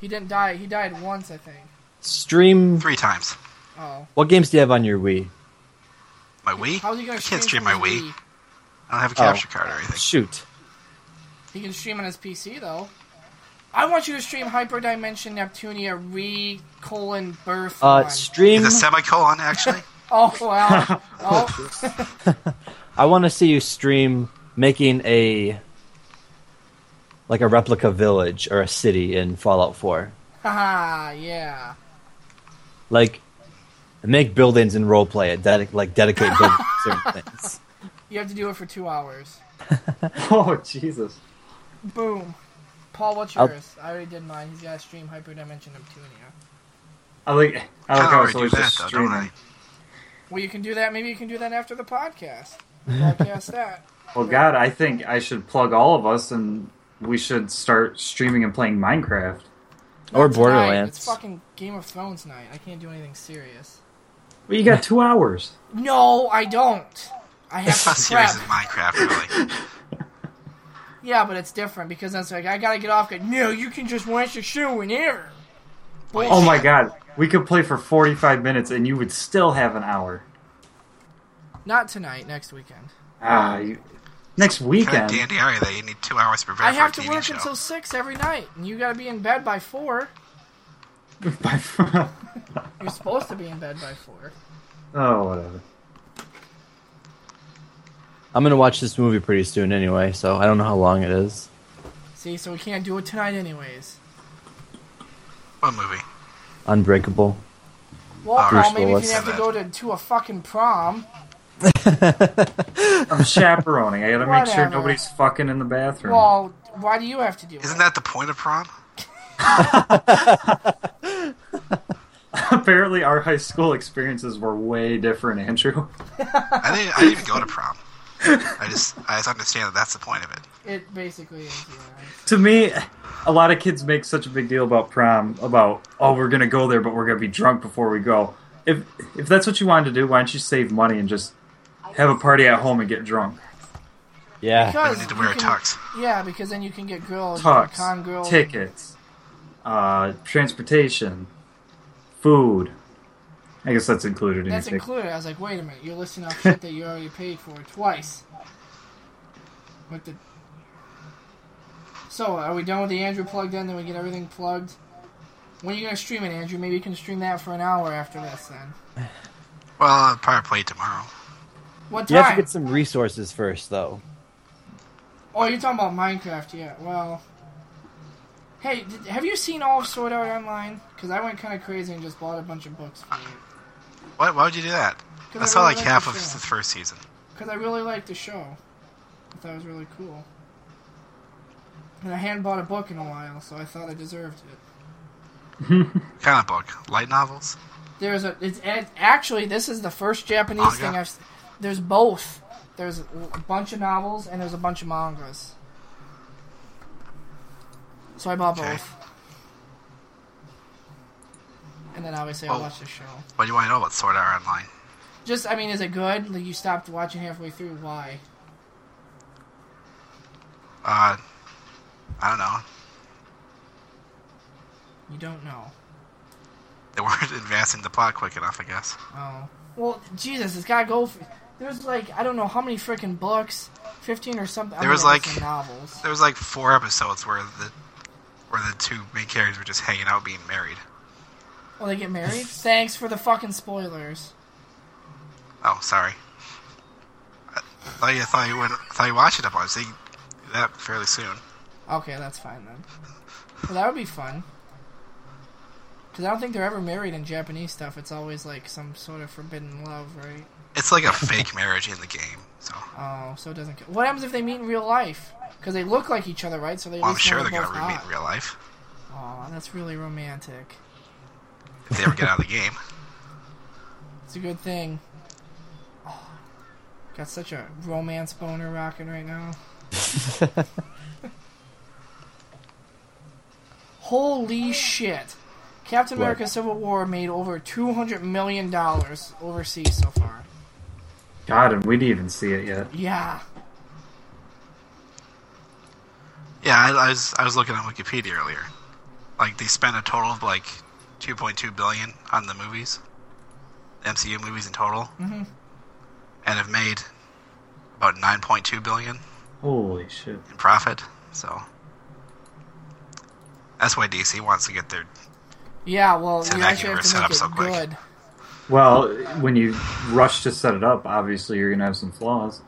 Speaker 2: He didn't die. He died once, I think.
Speaker 4: stream.
Speaker 1: Three times.
Speaker 2: Oh,
Speaker 4: What games do you have on your Wii?
Speaker 1: My Wii?
Speaker 2: how's he gonna?
Speaker 1: I can't stream
Speaker 2: from
Speaker 1: my
Speaker 2: his
Speaker 1: Wii. I don't have a
Speaker 4: Oh.
Speaker 1: capture card or
Speaker 3: [LAUGHS]
Speaker 1: anything.
Speaker 4: Shoot.
Speaker 2: He can stream on his PC though. I want you to stream Hyperdimension Neptunia re colon birth.
Speaker 4: Uh,
Speaker 2: one.
Speaker 4: stream.
Speaker 1: With a semicolon,
Speaker 3: [LAUGHS]
Speaker 1: actually.
Speaker 2: oh
Speaker 4: [LAUGHS]
Speaker 2: wow. Oh,
Speaker 4: I want to see you stream making a. Like a replica village or a city in Fallout 4.
Speaker 2: haha, yeah.
Speaker 4: Like, make buildings and roleplay it. Dedic- like, dedicate buildings to
Speaker 2: [LAUGHS]
Speaker 4: certain things.
Speaker 2: You have to do it for two hours.
Speaker 3: Oh Jesus.
Speaker 2: Boom. Paul, what's
Speaker 4: I'll-
Speaker 2: yours? I already did mine. He's got to stream Hyperdimension Neptunia.
Speaker 3: I like I
Speaker 1: I
Speaker 3: like how
Speaker 1: already
Speaker 3: it's
Speaker 1: do
Speaker 3: always
Speaker 1: that,
Speaker 3: just
Speaker 1: though, don't
Speaker 3: streaming.
Speaker 1: I?
Speaker 2: Well, you can do that. Maybe you can do that after the podcast. Podcast that.
Speaker 3: Well, God, I think I should plug all of us, and we should start streaming and playing Minecraft.
Speaker 4: [LAUGHS] Or
Speaker 2: Not tonight.
Speaker 4: Borderlands.
Speaker 2: It's fucking Game of Thrones night. I can't do anything serious.
Speaker 3: Well, you got two hours.
Speaker 2: No, I don't. I
Speaker 4: [LAUGHS]
Speaker 2: have
Speaker 1: It's not
Speaker 2: to prep.
Speaker 1: serious as Minecraft,
Speaker 3: [LAUGHS]
Speaker 1: really.
Speaker 2: Yeah, but it's different because that's like I gotta get off. Good. No, you can just watch the show whenever. Bullshit.
Speaker 3: Oh my God, we could play for forty-five minutes, and you would still have an hour.
Speaker 2: Not tonight. Next weekend.
Speaker 3: Ah, you, next weekend.
Speaker 1: Kind of D&D area that you need two hours to prepare
Speaker 2: I have
Speaker 1: for a
Speaker 2: to
Speaker 1: TV
Speaker 2: work
Speaker 1: show.
Speaker 2: until six every night, and you gotta be in bed by four.
Speaker 3: By-
Speaker 2: You're supposed to be in bed by four.
Speaker 3: [LAUGHS] oh, whatever.
Speaker 4: I'm going to watch this movie pretty soon anyway, so I don't know how long it is.
Speaker 2: See, so we can't do it tonight, anyways.
Speaker 1: What movie?
Speaker 4: Unbreakable.
Speaker 2: Well,
Speaker 1: All
Speaker 2: Paul,
Speaker 1: right.
Speaker 2: maybe if you
Speaker 4: Bruce
Speaker 2: didn't have to go to, to a fucking prom,
Speaker 3: I'm chaperoning. I gotta make sure
Speaker 2: Whatever.
Speaker 3: nobody's fucking in the bathroom.
Speaker 2: Well, why do you have to do it?
Speaker 1: Isn't that the point of prom?
Speaker 3: [LAUGHS] Apparently, our high school experiences were way different, Andrew.
Speaker 1: I didn't, I didn't even go to prom. I just I just understand that that's the point of it.
Speaker 2: It basically is. Yeah.
Speaker 3: to me, a lot of kids make such a big deal about prom, about oh, we're gonna go there, but we're gonna be drunk before we go. If if that's what you wanted to do, why don't you save money and just have a party at home and get drunk?
Speaker 4: Yeah.
Speaker 1: I
Speaker 2: Because
Speaker 1: don't need to
Speaker 2: you
Speaker 1: wear a
Speaker 2: can-
Speaker 1: tux.
Speaker 2: Yeah, because then you can get girls, con girls.
Speaker 3: Tux, tickets, uh, transportation, food. I guess that's included in
Speaker 2: That's
Speaker 3: your ticket.
Speaker 2: included. I was like, wait a minute, you're listing off shit that you already paid for twice. What the? So, are we done with the Andrew plug? Then, then we get everything plugged. When are you gonna stream it, Andrew? Maybe you can stream that for an hour after this. Then,
Speaker 1: Well, I'll probably play it tomorrow.
Speaker 2: what
Speaker 4: You have
Speaker 2: time?
Speaker 4: to get some resources first, though.
Speaker 2: oh, you're talking about Minecraft? Yeah. Well, hey, did, have you seen all of Sword Art Online? Because I went kind of crazy and just bought a bunch of books for it.
Speaker 1: Why, why would you do that? I
Speaker 2: Because
Speaker 1: saw like
Speaker 2: the
Speaker 1: half of
Speaker 2: show.
Speaker 1: the first season.
Speaker 2: because I really liked the show. I thought it was really cool. And I hadn't bought a book in a while, so I thought I deserved it.
Speaker 1: Kind of book, light novels.
Speaker 2: There's a. It's, it's actually this is the first Japanese
Speaker 1: Manga?
Speaker 2: thing I've. s- There's both. There's a bunch of novels and there's a bunch of mangas. So I bought
Speaker 1: Okay.
Speaker 2: both. And then obviously I
Speaker 1: Oh.
Speaker 2: watched the show.
Speaker 1: What do you want to know about Sword Art Online?
Speaker 2: Just I mean, is it good? Like you stopped watching halfway through? Why?
Speaker 1: Uh, I don't know.
Speaker 2: You don't know.
Speaker 1: They weren't [LAUGHS] advancing the plot quick enough, I guess.
Speaker 2: Oh. Well, Jesus, it's gotta go. F- There's like I don't know how many freaking books, fifteen or something. I
Speaker 1: There
Speaker 2: mean,
Speaker 1: was,
Speaker 2: I guess
Speaker 1: like-
Speaker 2: they're novels.
Speaker 1: [LAUGHS] There was like four episodes where the where the two main characters were just hanging out, being married.
Speaker 2: Oh, they get married. Thanks for the fucking spoilers.
Speaker 1: Oh, sorry. I thought you thought you would thought you watched it up on seeing that fairly soon.
Speaker 2: Okay, that's fine then. Well, that would be fun. Cause I don't think they're ever married in Japanese stuff. It's always like some sort of forbidden love, right?
Speaker 1: It's like a fake marriage in the game, so
Speaker 2: Oh, so it doesn't. What happens if they meet in real life? Cause they look like each other, right? So they. at
Speaker 1: well, I'm
Speaker 2: least know
Speaker 1: sure they're gonna
Speaker 2: both
Speaker 1: meet
Speaker 2: hot.
Speaker 1: in real life
Speaker 2: Aw, that's really romantic.
Speaker 1: if they ever get out of the game.
Speaker 2: It's a good thing. [SIGHS] Oh, got such a romance boner rocking right now. Holy shit. Captain
Speaker 4: What?
Speaker 2: America Civil War made over $200 million overseas so far.
Speaker 3: God, and we didn't even see it yet.
Speaker 2: Yeah.
Speaker 1: Yeah, I, I was I was looking on Wikipedia earlier. Like they spent a total of like 2.2 billion on the movies, MCU movies in total, mm-hmm. and have made about 9.2 billion
Speaker 3: Holy shit!
Speaker 1: in profit. So that's why DC wants to get their
Speaker 2: Yeah, well,
Speaker 1: So
Speaker 2: we
Speaker 1: that
Speaker 2: actually
Speaker 1: universe
Speaker 2: have to
Speaker 1: set
Speaker 2: make
Speaker 1: up
Speaker 2: it
Speaker 1: so quick.
Speaker 2: good.
Speaker 3: Well, when you rush to set it up, obviously you're gonna have some flaws.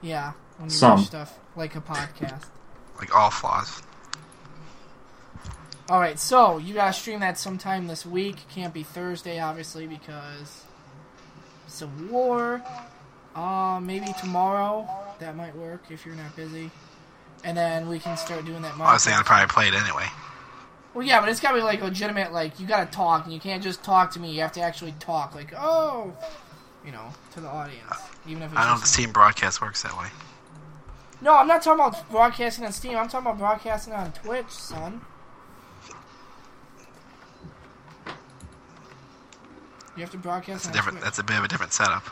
Speaker 2: Yeah. When you
Speaker 3: Some.
Speaker 2: watch stuff like a podcast.
Speaker 1: like all flaws.
Speaker 2: All right, so you gotta stream that sometime this week. Can't be Thursday, obviously, because it's a war. Uh, maybe tomorrow. That might work if you're not busy. And then we can start doing that.
Speaker 1: I was saying
Speaker 2: market.
Speaker 1: I'd probably play it anyway.
Speaker 2: Well, yeah, but it's gotta be like legitimate. Like you gotta talk, and you can't just talk to me. You have to actually talk. Like, oh, you know, to the audience, even if it's
Speaker 1: I don't know if the
Speaker 2: just
Speaker 1: Steam broadcast works that way.
Speaker 2: no. I'm not talking about broadcasting on Steam. I'm talking about broadcasting on Twitch, son. You have to broadcast
Speaker 1: It's a
Speaker 2: on
Speaker 1: different.
Speaker 2: Twitch.
Speaker 1: That's a bit of a different setup.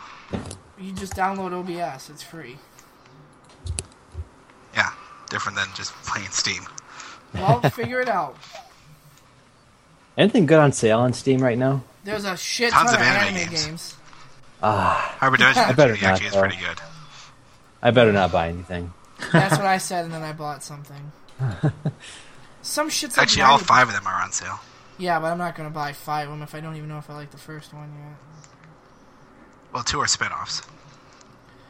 Speaker 2: You just download OBS. It's free.
Speaker 1: Yeah, different than just playing Steam.
Speaker 4: [LAUGHS]
Speaker 1: [LAUGHS]
Speaker 2: Well, figure it out.
Speaker 4: Anything good on sale on Steam right now?
Speaker 2: There's a shit
Speaker 1: Tons
Speaker 2: ton
Speaker 1: of
Speaker 2: of
Speaker 1: anime
Speaker 2: anime,
Speaker 1: games.
Speaker 2: games.
Speaker 4: Ah,
Speaker 1: Harbor Dimension
Speaker 2: I
Speaker 4: better
Speaker 1: actually,
Speaker 4: not,
Speaker 1: actually is
Speaker 4: though.
Speaker 1: pretty good.
Speaker 4: I better not buy anything.
Speaker 2: That's what I said, and then I
Speaker 1: [LAUGHS]
Speaker 2: bought something. Some shit's like
Speaker 1: Actually, all
Speaker 2: 90
Speaker 1: five of them are on sale.
Speaker 2: Yeah, but I'm not gonna buy five of them if I don't even know if I like the first one yet.
Speaker 1: Well, two are spin-offs.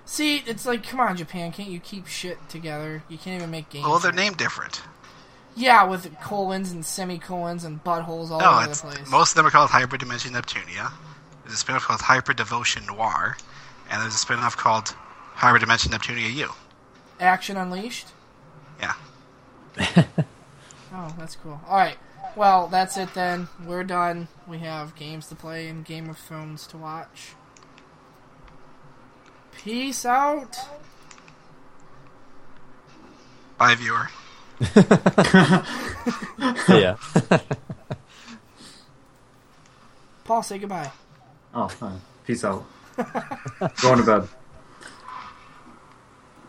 Speaker 2: See, it's like, come on, Japan, can't you keep shit together? You can't even make games.
Speaker 1: Well, they're
Speaker 2: yet.
Speaker 1: named different.
Speaker 2: Yeah, with colons and semicolons and buttholes all
Speaker 1: No,
Speaker 2: over the
Speaker 1: it's
Speaker 2: place.
Speaker 1: most of them are called Hybrid Dimension Neptunia, There's a spin-off called Hyper Devotion Noir, and there's a spin-off called Hyper Dimension Neptunia U.
Speaker 2: Action Unleashed.
Speaker 1: Yeah.
Speaker 2: Oh, that's cool. All right. Well, that's it then. We're done. We have games to play and Game of Thrones to watch. Peace out.
Speaker 1: Bye, viewer.
Speaker 4: [LAUGHS] yeah.
Speaker 2: Paul, say goodbye. [LAUGHS]
Speaker 3: Oh, fine. Peace out. Going to bed.